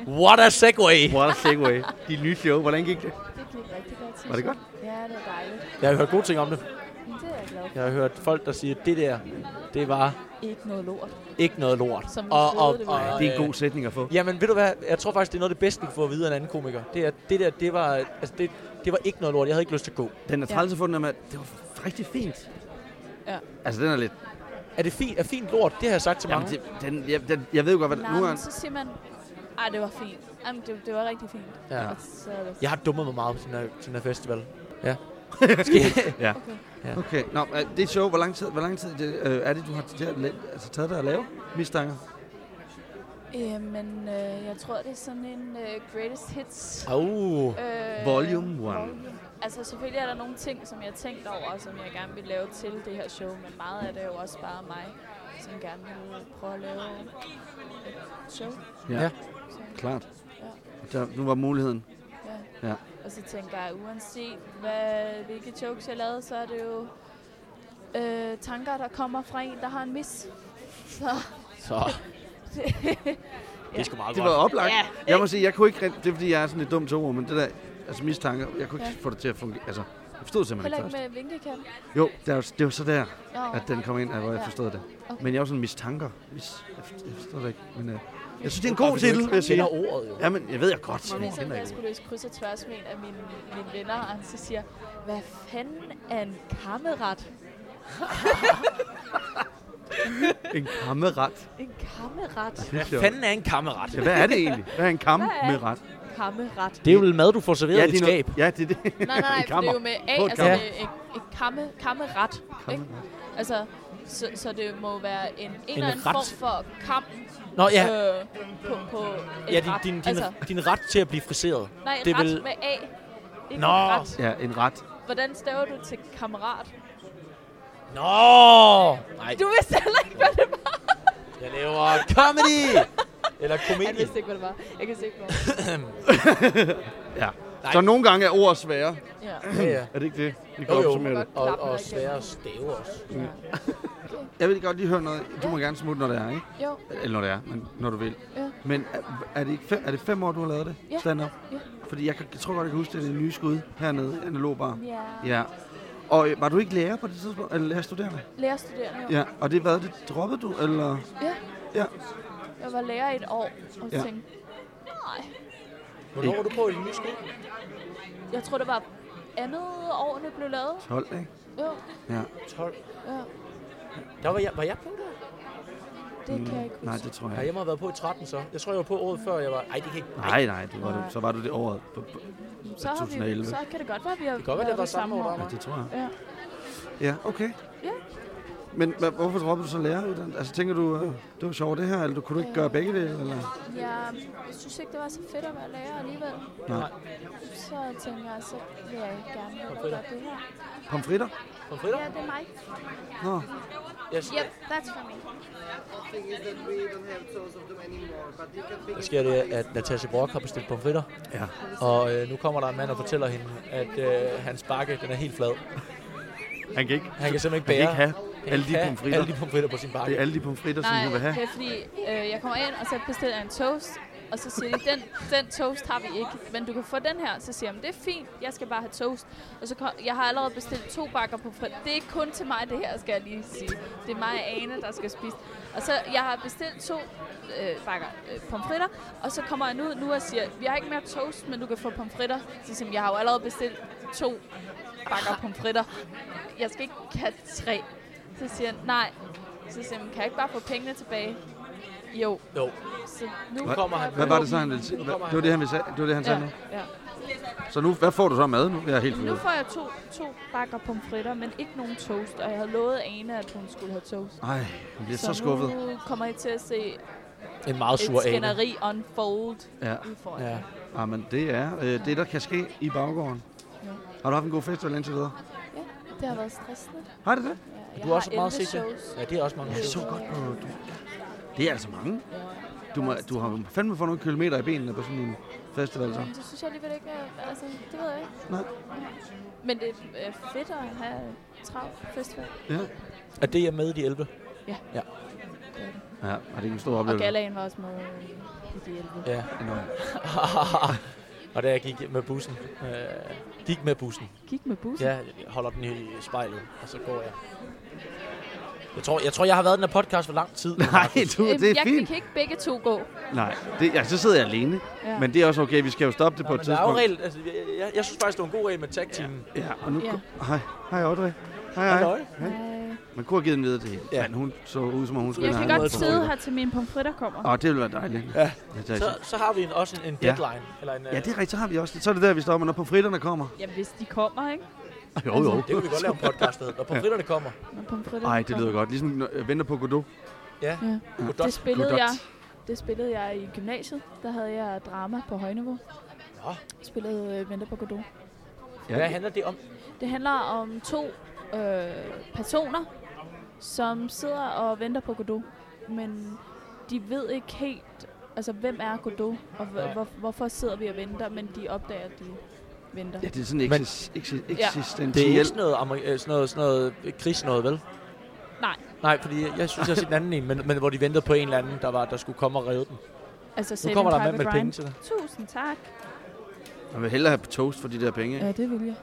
[SPEAKER 4] what a segue.
[SPEAKER 1] What a segue. Dit nye show, hvordan gik det?
[SPEAKER 11] det gik rigtig godt. synes
[SPEAKER 1] Var det
[SPEAKER 11] jeg.
[SPEAKER 1] godt?
[SPEAKER 11] Ja, det var dejligt.
[SPEAKER 4] Jeg har hørt gode ting om det.
[SPEAKER 11] Men Det er jeg glad for.
[SPEAKER 4] Jeg har hørt folk, der siger, at det der, det var
[SPEAKER 11] Ikke noget lort.
[SPEAKER 4] ikke noget lort.
[SPEAKER 11] Som vi troede, det var.
[SPEAKER 1] Det er en god sætning at få.
[SPEAKER 4] Øh, jamen, ved du hvad? Jeg tror faktisk, det er noget af det bedste, du kan få at vide af en anden komiker. Det, er, det der, det var, altså, det, det var ikke noget lort. Jeg havde ikke lyst til at gå.
[SPEAKER 1] Den er
[SPEAKER 11] Ja.
[SPEAKER 1] træls at få den der med, at det var f- rigtig fint.
[SPEAKER 11] Ja.
[SPEAKER 1] Altså, den er lidt...
[SPEAKER 4] Er det fint, er fint lort? Det har jeg sagt til
[SPEAKER 1] Jamen,
[SPEAKER 4] mange.
[SPEAKER 1] det, den, jeg, den, jeg ved jo godt, hvad
[SPEAKER 11] Nej,
[SPEAKER 1] nu er...
[SPEAKER 11] men så siger man, ej, det var fint. Jamen, det, det var rigtig fint.
[SPEAKER 4] Ja.
[SPEAKER 11] Og så er det
[SPEAKER 4] Jeg har dummet mig meget på den her, til den her festival. Ja. Skal-
[SPEAKER 1] Okay, nå, øh, det er show. Hvor lang tid, hvor lang tid det, øh, er det, du har til at la- altså, taget dig at lave mistanker?
[SPEAKER 11] Øh, men øh, jeg tror, det er sådan en øh, greatest hits.
[SPEAKER 4] Au.
[SPEAKER 11] Øh,
[SPEAKER 1] Volume one.
[SPEAKER 11] volume. Altså selvfølgelig er der nogle ting, som jeg har tænkt over, og som jeg gerne vil lave til det her show, men meget af det er jo også bare mig, som gerne vil prøve at lave et show.
[SPEAKER 1] Ja.
[SPEAKER 4] Ja.
[SPEAKER 11] Så,
[SPEAKER 1] Klart. Der, nu var muligheden.
[SPEAKER 11] ja.
[SPEAKER 1] Ja.
[SPEAKER 11] Og så tænker jeg, uanset hvad, hvilke jokes jeg lavede, så er det jo øh, tanker, der kommer fra en, der har en mis. Så
[SPEAKER 4] Så. Det er
[SPEAKER 11] Ja.
[SPEAKER 4] sgu meget
[SPEAKER 1] Det
[SPEAKER 4] godt.
[SPEAKER 1] var oplagt.
[SPEAKER 11] Ja,
[SPEAKER 1] Jeg må sige, jeg kunne ikke... rent- Det er, fordi jeg er sådan et dumt to men det der... Altså mistanker, jeg kunne ikke
[SPEAKER 11] Ja.
[SPEAKER 1] få det til at fungere. Altså, forstod simpelthen
[SPEAKER 11] Heller
[SPEAKER 1] ikke
[SPEAKER 11] ikke
[SPEAKER 1] først.
[SPEAKER 11] med vinkekat.
[SPEAKER 1] Jo, der, var- det var så der,
[SPEAKER 11] Nå.
[SPEAKER 1] at den kom ind, at hvor jeg
[SPEAKER 11] Ja.
[SPEAKER 1] forstod det.
[SPEAKER 11] Okay.
[SPEAKER 1] Men jeg var sådan mistanker. Mis, jeg forst- jeg forstod det ikke, men øh, jeg synes, det er en
[SPEAKER 4] Bare
[SPEAKER 1] god
[SPEAKER 4] fordi du
[SPEAKER 1] titel,
[SPEAKER 4] ikke
[SPEAKER 1] vil jeg sige.
[SPEAKER 4] kender ordet, jo.
[SPEAKER 1] Jamen, jeg ved jeg godt.
[SPEAKER 11] Det var
[SPEAKER 1] men jeg
[SPEAKER 11] ligesom,
[SPEAKER 1] kender
[SPEAKER 11] da jeg
[SPEAKER 1] ikke
[SPEAKER 11] skulle løse kryds og tværs med en af mine, mine venner, og han så siger, hvad fanden er en kammerat?
[SPEAKER 1] ordet. En kammerat.
[SPEAKER 11] en kammerat?
[SPEAKER 1] Hvad
[SPEAKER 4] fanden er en kammerat?
[SPEAKER 1] Ja, hvad er det egentlig? Hvad er en kammerat?
[SPEAKER 11] Kammerat.
[SPEAKER 4] Det er jo mad, du får serveret
[SPEAKER 1] Ja,
[SPEAKER 4] i
[SPEAKER 1] det
[SPEAKER 4] et
[SPEAKER 1] er noget-
[SPEAKER 4] skab.
[SPEAKER 1] Ja, det er det.
[SPEAKER 11] Nej, nej, nej,
[SPEAKER 1] En
[SPEAKER 11] for det
[SPEAKER 1] kammer.
[SPEAKER 11] er jo med A,
[SPEAKER 1] På et
[SPEAKER 11] altså
[SPEAKER 1] kammer.
[SPEAKER 11] det er et, et kamme, kammeret. Ikke? Altså, så, så det må være en, en, eller anden
[SPEAKER 4] ret.
[SPEAKER 11] form for kamp
[SPEAKER 4] Nå, ja.
[SPEAKER 11] øh, på, på et
[SPEAKER 4] Ja, din,
[SPEAKER 11] ret.
[SPEAKER 4] din, din,
[SPEAKER 11] altså,
[SPEAKER 4] din ret til at blive friseret.
[SPEAKER 11] nej,
[SPEAKER 4] det
[SPEAKER 11] det
[SPEAKER 4] er
[SPEAKER 11] ret
[SPEAKER 4] vel-
[SPEAKER 11] med A. Ikke
[SPEAKER 4] Nå.
[SPEAKER 11] ret.
[SPEAKER 1] Ja, en ret.
[SPEAKER 11] Hvordan staver du til kammerat?
[SPEAKER 4] Nå! Nej,
[SPEAKER 11] Du vidste heller ikke, hvad det var.
[SPEAKER 4] jeg laver comedy! Eller
[SPEAKER 11] Han
[SPEAKER 4] komedie.
[SPEAKER 11] vidste ikke, hvad det var. Jeg kan se ikke, hvad det
[SPEAKER 1] Ja. Så nogle gange er ord svære.
[SPEAKER 11] var. ja.
[SPEAKER 4] Ja, ja.
[SPEAKER 1] Er det ikke det? Vi kan
[SPEAKER 4] Jo,
[SPEAKER 1] opsummere
[SPEAKER 4] jo.
[SPEAKER 1] det.
[SPEAKER 4] Og, og svære at stave også.
[SPEAKER 1] Jeg vil godt lige høre noget. Du må gerne smutte, når det er, ikke?
[SPEAKER 11] Jo,
[SPEAKER 1] Eller når det er, men når du vil.
[SPEAKER 11] Ja.
[SPEAKER 1] Men er, er, det ikke fem, er det fem år, du har lavet det?
[SPEAKER 11] Ja.
[SPEAKER 1] Stand up?
[SPEAKER 11] Ja.
[SPEAKER 1] Fordi jeg, kan, jeg tror godt, jeg kan huske, det er det nye skud hernede i Analog Bar.
[SPEAKER 11] ja.
[SPEAKER 1] Ja. Og øh, var du ikke lærer på det tidspunkt? Eller lærerstuderende?
[SPEAKER 11] Lærerstuderende, jo.
[SPEAKER 1] Ja. Og det hvad? Det droppede du? Eller?
[SPEAKER 11] Ja.
[SPEAKER 1] Ja.
[SPEAKER 11] Jeg var lærer i et år, og
[SPEAKER 1] Ja.
[SPEAKER 11] ja. tænkte, nej.
[SPEAKER 4] Hvornår var du på i den nye skole?
[SPEAKER 11] Jeg tror, det var andet år, det blev lavet.
[SPEAKER 1] 12, ikke?
[SPEAKER 11] Jo,
[SPEAKER 4] 12.
[SPEAKER 11] ja.
[SPEAKER 4] Der var jeg, var jeg på der?
[SPEAKER 11] Det kan jeg ikke huske.
[SPEAKER 1] Mm. Nej, det tror
[SPEAKER 4] Ja,
[SPEAKER 1] jeg
[SPEAKER 4] jeg
[SPEAKER 1] ikke.
[SPEAKER 4] må have været på i 13 så. Jeg tror, jeg var på året før, jeg var... Ej, det kan ikke...
[SPEAKER 1] Nej, nej, det var
[SPEAKER 11] Nej.
[SPEAKER 1] det. så var du det året. På, på.
[SPEAKER 11] så, har vi,
[SPEAKER 1] 2011.
[SPEAKER 11] så kan det godt være, at vi har
[SPEAKER 4] Det kan godt være, det
[SPEAKER 11] været
[SPEAKER 4] var samme år, der
[SPEAKER 1] Ja,
[SPEAKER 4] var.
[SPEAKER 1] det tror jeg.
[SPEAKER 11] Ja.
[SPEAKER 1] Ja, okay.
[SPEAKER 11] Ja.
[SPEAKER 1] Men hva, hvorfor droppede du så læreruddannelsen? Altså tænker du, øh, det var sjovt det her, eller du kunne du ikke gøre begge dele? Eller?
[SPEAKER 11] Jeg synes ikke, det var så fedt at være lærer alligevel.
[SPEAKER 1] Nej.
[SPEAKER 11] Så tænkte jeg, så vil jeg gerne have gøre det her.
[SPEAKER 1] Pomfritter?
[SPEAKER 4] Pomfritter?
[SPEAKER 11] Ja, det er mig.
[SPEAKER 1] Nå,
[SPEAKER 4] Jeg,
[SPEAKER 11] Yep, that's for me.
[SPEAKER 4] der sker det, at Natasha Brock har bestilt pomfritter.
[SPEAKER 1] Ja.
[SPEAKER 4] Og øh, nu kommer der en mand og fortæller hende, at øh, hans bakke, den er helt flad.
[SPEAKER 1] han kan ikke,
[SPEAKER 4] Han kan simpelthen ikke
[SPEAKER 1] han kan
[SPEAKER 4] bære...
[SPEAKER 1] ikke have
[SPEAKER 4] han
[SPEAKER 1] alle
[SPEAKER 4] kan
[SPEAKER 1] de
[SPEAKER 4] ikke have
[SPEAKER 1] pomfritter.
[SPEAKER 4] Alle de pomfritter på sin bakke.
[SPEAKER 1] Det er alle de pomfritter, som
[SPEAKER 11] Nej,
[SPEAKER 1] hun vil have.
[SPEAKER 11] det er fordi, øh, jeg kommer ind, og så bestiller jeg en toast. Og så siger de, den, den toast har vi ikke, men du kan få den her. Så siger jeg, det er fint, jeg skal bare have toast. Og så kom, jeg har allerede bestilt to bakker på frit. Det er ikke kun til mig det her, skal jeg lige sige. Det er mig og Ane, der skal spise. Og så Altså, jeg har bestilt to øh, bakker øh, pomfritter, og så kommer han ud nu og siger, vi har ikke mere toast, men du kan få pomfritter. Så siger jeg, jeg har jo allerede bestilt to bakker pomfritter. Jeg skal ikke have tre. Så siger han, nej. Så siger han, kan jeg ikke bare få pengene tilbage? Jo.
[SPEAKER 4] Jo.
[SPEAKER 11] Så nu
[SPEAKER 1] Hvad-
[SPEAKER 4] kommer han.
[SPEAKER 1] Hvad var det så, han ville sige? Hvad- Det var det, han, ville sige. det var det, han sagde
[SPEAKER 11] Ja,
[SPEAKER 1] nu.
[SPEAKER 11] ja.
[SPEAKER 1] Så nu, hvad får du så af mad nu? Jeg er helt
[SPEAKER 11] Jamen, nu
[SPEAKER 1] forvirret.
[SPEAKER 11] får jeg to, to bakker pomfritter, men ikke nogen toast. Og jeg havde lovet Ane, at hun skulle have toast.
[SPEAKER 1] Ej, jeg bliver så skuffet.
[SPEAKER 11] nu kommer I til at se
[SPEAKER 4] En meget sur
[SPEAKER 11] et
[SPEAKER 4] ane.
[SPEAKER 11] skænderi unfold
[SPEAKER 1] Ja,
[SPEAKER 11] ud foran.
[SPEAKER 4] Ja.
[SPEAKER 11] Ja.
[SPEAKER 1] ah, men det er øh, det, der kan ske i baggården.
[SPEAKER 11] Ja.
[SPEAKER 1] Har du haft en god festival indtil videre?
[SPEAKER 11] Det har været stressende.
[SPEAKER 1] Har det det?
[SPEAKER 11] Ja,
[SPEAKER 4] Men
[SPEAKER 11] jeg
[SPEAKER 4] Du har også
[SPEAKER 11] har
[SPEAKER 4] meget
[SPEAKER 11] 11
[SPEAKER 4] set det.
[SPEAKER 11] shows.
[SPEAKER 4] Ja, det er også mange.
[SPEAKER 1] Jeg så godt på... Du. Det er altså mange. Du, må, du har fandme fået nogle kilometer i benene på sådan en festival. Så.
[SPEAKER 11] Men det synes jeg alligevel ikke er, altså, det ved jeg ikke.
[SPEAKER 1] Nej.
[SPEAKER 11] Men det er øh, fedt at have en travlt festival.
[SPEAKER 1] Ja.
[SPEAKER 4] Er det er med i de 11?
[SPEAKER 1] ja, og det er en stor
[SPEAKER 11] Og
[SPEAKER 1] oplevelse.
[SPEAKER 11] galaen var også med øh, i de 11.
[SPEAKER 4] Ja.
[SPEAKER 1] Nå.
[SPEAKER 4] og da jeg gik med bussen. Øh, gik med bussen.
[SPEAKER 11] Gik med bussen.
[SPEAKER 4] Ja, jeg holder den i spejlet, og så går jeg. Jeg tror, jeg, tror, jeg har været i den her podcast for lang tid.
[SPEAKER 1] Nej, du,
[SPEAKER 11] Øhm,
[SPEAKER 1] det er
[SPEAKER 11] jeg vi
[SPEAKER 1] fint.
[SPEAKER 11] kan ikke begge to gå.
[SPEAKER 1] Nej, det, ja, så sidder jeg alene.
[SPEAKER 11] Ja.
[SPEAKER 1] Men det er også okay, vi skal jo stoppe det på
[SPEAKER 4] Nå,
[SPEAKER 1] et
[SPEAKER 4] men der er jo
[SPEAKER 1] tidspunkt.
[SPEAKER 4] regel, altså, jeg, jeg, jeg, synes faktisk, det var en god regel med tag teamen.
[SPEAKER 1] Ja, og nu...
[SPEAKER 11] Ja.
[SPEAKER 1] Ja. Hej, hej Audrey. Hej,
[SPEAKER 4] Ja.
[SPEAKER 1] hej.
[SPEAKER 4] Halløj.
[SPEAKER 11] Nej.
[SPEAKER 1] Man kunne have givet den videre til hende,
[SPEAKER 4] Ja.
[SPEAKER 1] ja. men hun så ud, som om hun skulle
[SPEAKER 11] Jeg
[SPEAKER 1] ind og
[SPEAKER 11] kan
[SPEAKER 1] have
[SPEAKER 11] godt
[SPEAKER 1] noget
[SPEAKER 11] sidde
[SPEAKER 1] forfritter.
[SPEAKER 11] her til mine pomfritter kommer.
[SPEAKER 1] Åh, det ville være dejligt.
[SPEAKER 4] Ja.
[SPEAKER 1] det er
[SPEAKER 4] Så,
[SPEAKER 1] rigtigt.
[SPEAKER 4] så har vi en, også en, en
[SPEAKER 1] Ja.
[SPEAKER 4] deadline. Ja. Eller en, øh,
[SPEAKER 1] ja, det er rigtigt, så har vi også. Så er det der, vi stopper, når pomfritterne kommer.
[SPEAKER 11] Ja, hvis de kommer, ikke?
[SPEAKER 1] Jo, jo.
[SPEAKER 4] det kunne vi godt lave en podcast med, når pomfritterne kommer.
[SPEAKER 11] Når pomfritter
[SPEAKER 1] Nej, det lyder godt. Ligesom når jeg venter på Godot.
[SPEAKER 4] Ja.
[SPEAKER 11] Ja.
[SPEAKER 4] Godot.
[SPEAKER 11] Det spillede
[SPEAKER 1] Godot.
[SPEAKER 11] jeg. Det spillede jeg i gymnasiet. Der havde jeg drama på højniveau.
[SPEAKER 4] Nå.
[SPEAKER 11] Spillede øh, Venter på Godot.
[SPEAKER 4] Hvad handler det om?
[SPEAKER 11] Det handler om to øh, personer, som sidder og venter på Godot, men de ved ikke helt, altså hvem er Godot, og
[SPEAKER 4] Nej.
[SPEAKER 11] h- hvor, hvorfor sidder vi og venter, men de opdager, at de venter.
[SPEAKER 1] Ja, det er sådan
[SPEAKER 4] Men-
[SPEAKER 1] eksis, eksis,
[SPEAKER 11] Ja.
[SPEAKER 4] Det er ikke
[SPEAKER 1] eksistentielt.
[SPEAKER 4] sådan noget, amer- øh, sådan noget, sådan noget øh, krigs noget, vel?
[SPEAKER 11] Nej.
[SPEAKER 4] Nej, fordi jeg, jeg synes, jeg har set en anden en, men, men hvor de ventede på en eller anden, der, var, der skulle komme og redde den.
[SPEAKER 11] Altså,
[SPEAKER 4] Nu
[SPEAKER 11] Saving
[SPEAKER 4] kommer der med,
[SPEAKER 11] Private
[SPEAKER 4] med
[SPEAKER 11] Ryan.
[SPEAKER 4] penge til dig.
[SPEAKER 11] Tusind tak.
[SPEAKER 1] Jeg vil hellere have toast for de der penge.
[SPEAKER 11] Ja, det vil jeg.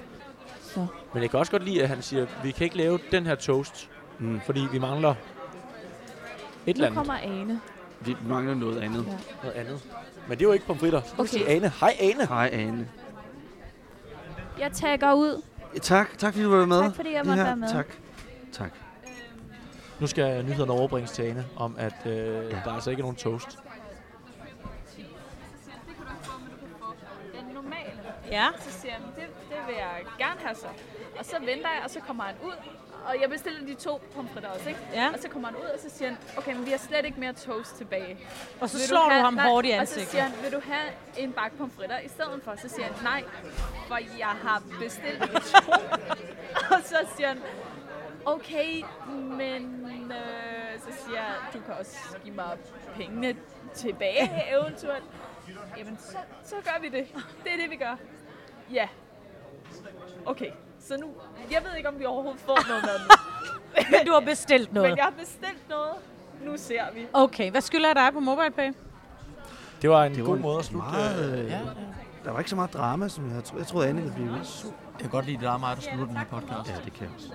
[SPEAKER 11] Så.
[SPEAKER 4] Men jeg kan også godt lide, at han siger, vi kan ikke lave den her toast,
[SPEAKER 12] mm.
[SPEAKER 4] fordi vi mangler et eller
[SPEAKER 11] Nu
[SPEAKER 4] andet.
[SPEAKER 11] kommer Ane.
[SPEAKER 12] Vi mangler noget andet.
[SPEAKER 11] Ja.
[SPEAKER 4] Noget andet. Men det er jo ikke pomfritter. Så okay.
[SPEAKER 11] Okay.
[SPEAKER 4] sige Ane. Hej Ane.
[SPEAKER 1] Hej, Ane.
[SPEAKER 11] Jeg tagger ud.
[SPEAKER 1] Tak, tak fordi du var med.
[SPEAKER 11] Tak, fordi jeg måtte være med.
[SPEAKER 1] Tak. Tak.
[SPEAKER 4] Nu skal nyhederne overbringes til Ane, om at øh, ja. der er altså ikke er nogen toast.
[SPEAKER 11] Den normale.
[SPEAKER 5] Ja.
[SPEAKER 11] Så siger han, det, det vil jeg gerne have så. Og så venter jeg, og så kommer han ud. Og jeg bestiller de to pomfritter også, ikke?
[SPEAKER 5] Ja.
[SPEAKER 11] Og så kommer han ud, og så siger han, okay, men vi har slet ikke mere toast tilbage.
[SPEAKER 5] Og så slår du ham hårdt i
[SPEAKER 11] Og
[SPEAKER 5] ansigtet.
[SPEAKER 11] så siger han, vil du have en bakke pomfritter i stedet for? Så siger han, nej, for jeg har bestilt to. og så siger han, okay, men øh, så siger jeg, du kan også give mig pengene tilbage eventuelt. Jamen, så, så gør vi det. Det er det, vi gør. Ja. Okay, så nu, jeg ved ikke, om vi overhovedet får noget mad nu.
[SPEAKER 5] Men du har bestilt noget.
[SPEAKER 11] Men jeg har bestilt noget. Nu ser vi.
[SPEAKER 5] Okay, hvad skylder jeg dig på MobilePay?
[SPEAKER 4] Det var en
[SPEAKER 1] Det
[SPEAKER 4] det
[SPEAKER 1] var
[SPEAKER 4] god
[SPEAKER 1] en
[SPEAKER 4] måde at slutte.
[SPEAKER 1] meget,
[SPEAKER 4] øh,
[SPEAKER 1] ja. Der var ikke så meget drama, som jeg havde troet. Jeg troede, Anne ville blive ved.
[SPEAKER 13] Jeg kan godt lide, at der er meget, der slutter den her podcast.
[SPEAKER 1] Ja, det kan jeg også.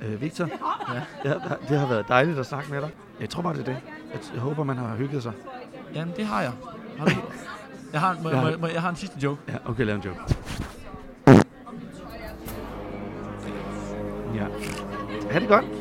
[SPEAKER 1] Øh, Victor, ja. Ja, det har været dejligt at snakke med dig. Jeg tror bare, det er det. Jeg, t- jeg håber, man har hygget sig.
[SPEAKER 13] Jamen, det har jeg. Har du? Jeg har, en- må, jeg, må, jeg- må, jeg- jeg har en sidste joke.
[SPEAKER 1] Ja, okay, lav en joke. Ja. Ha' det godt.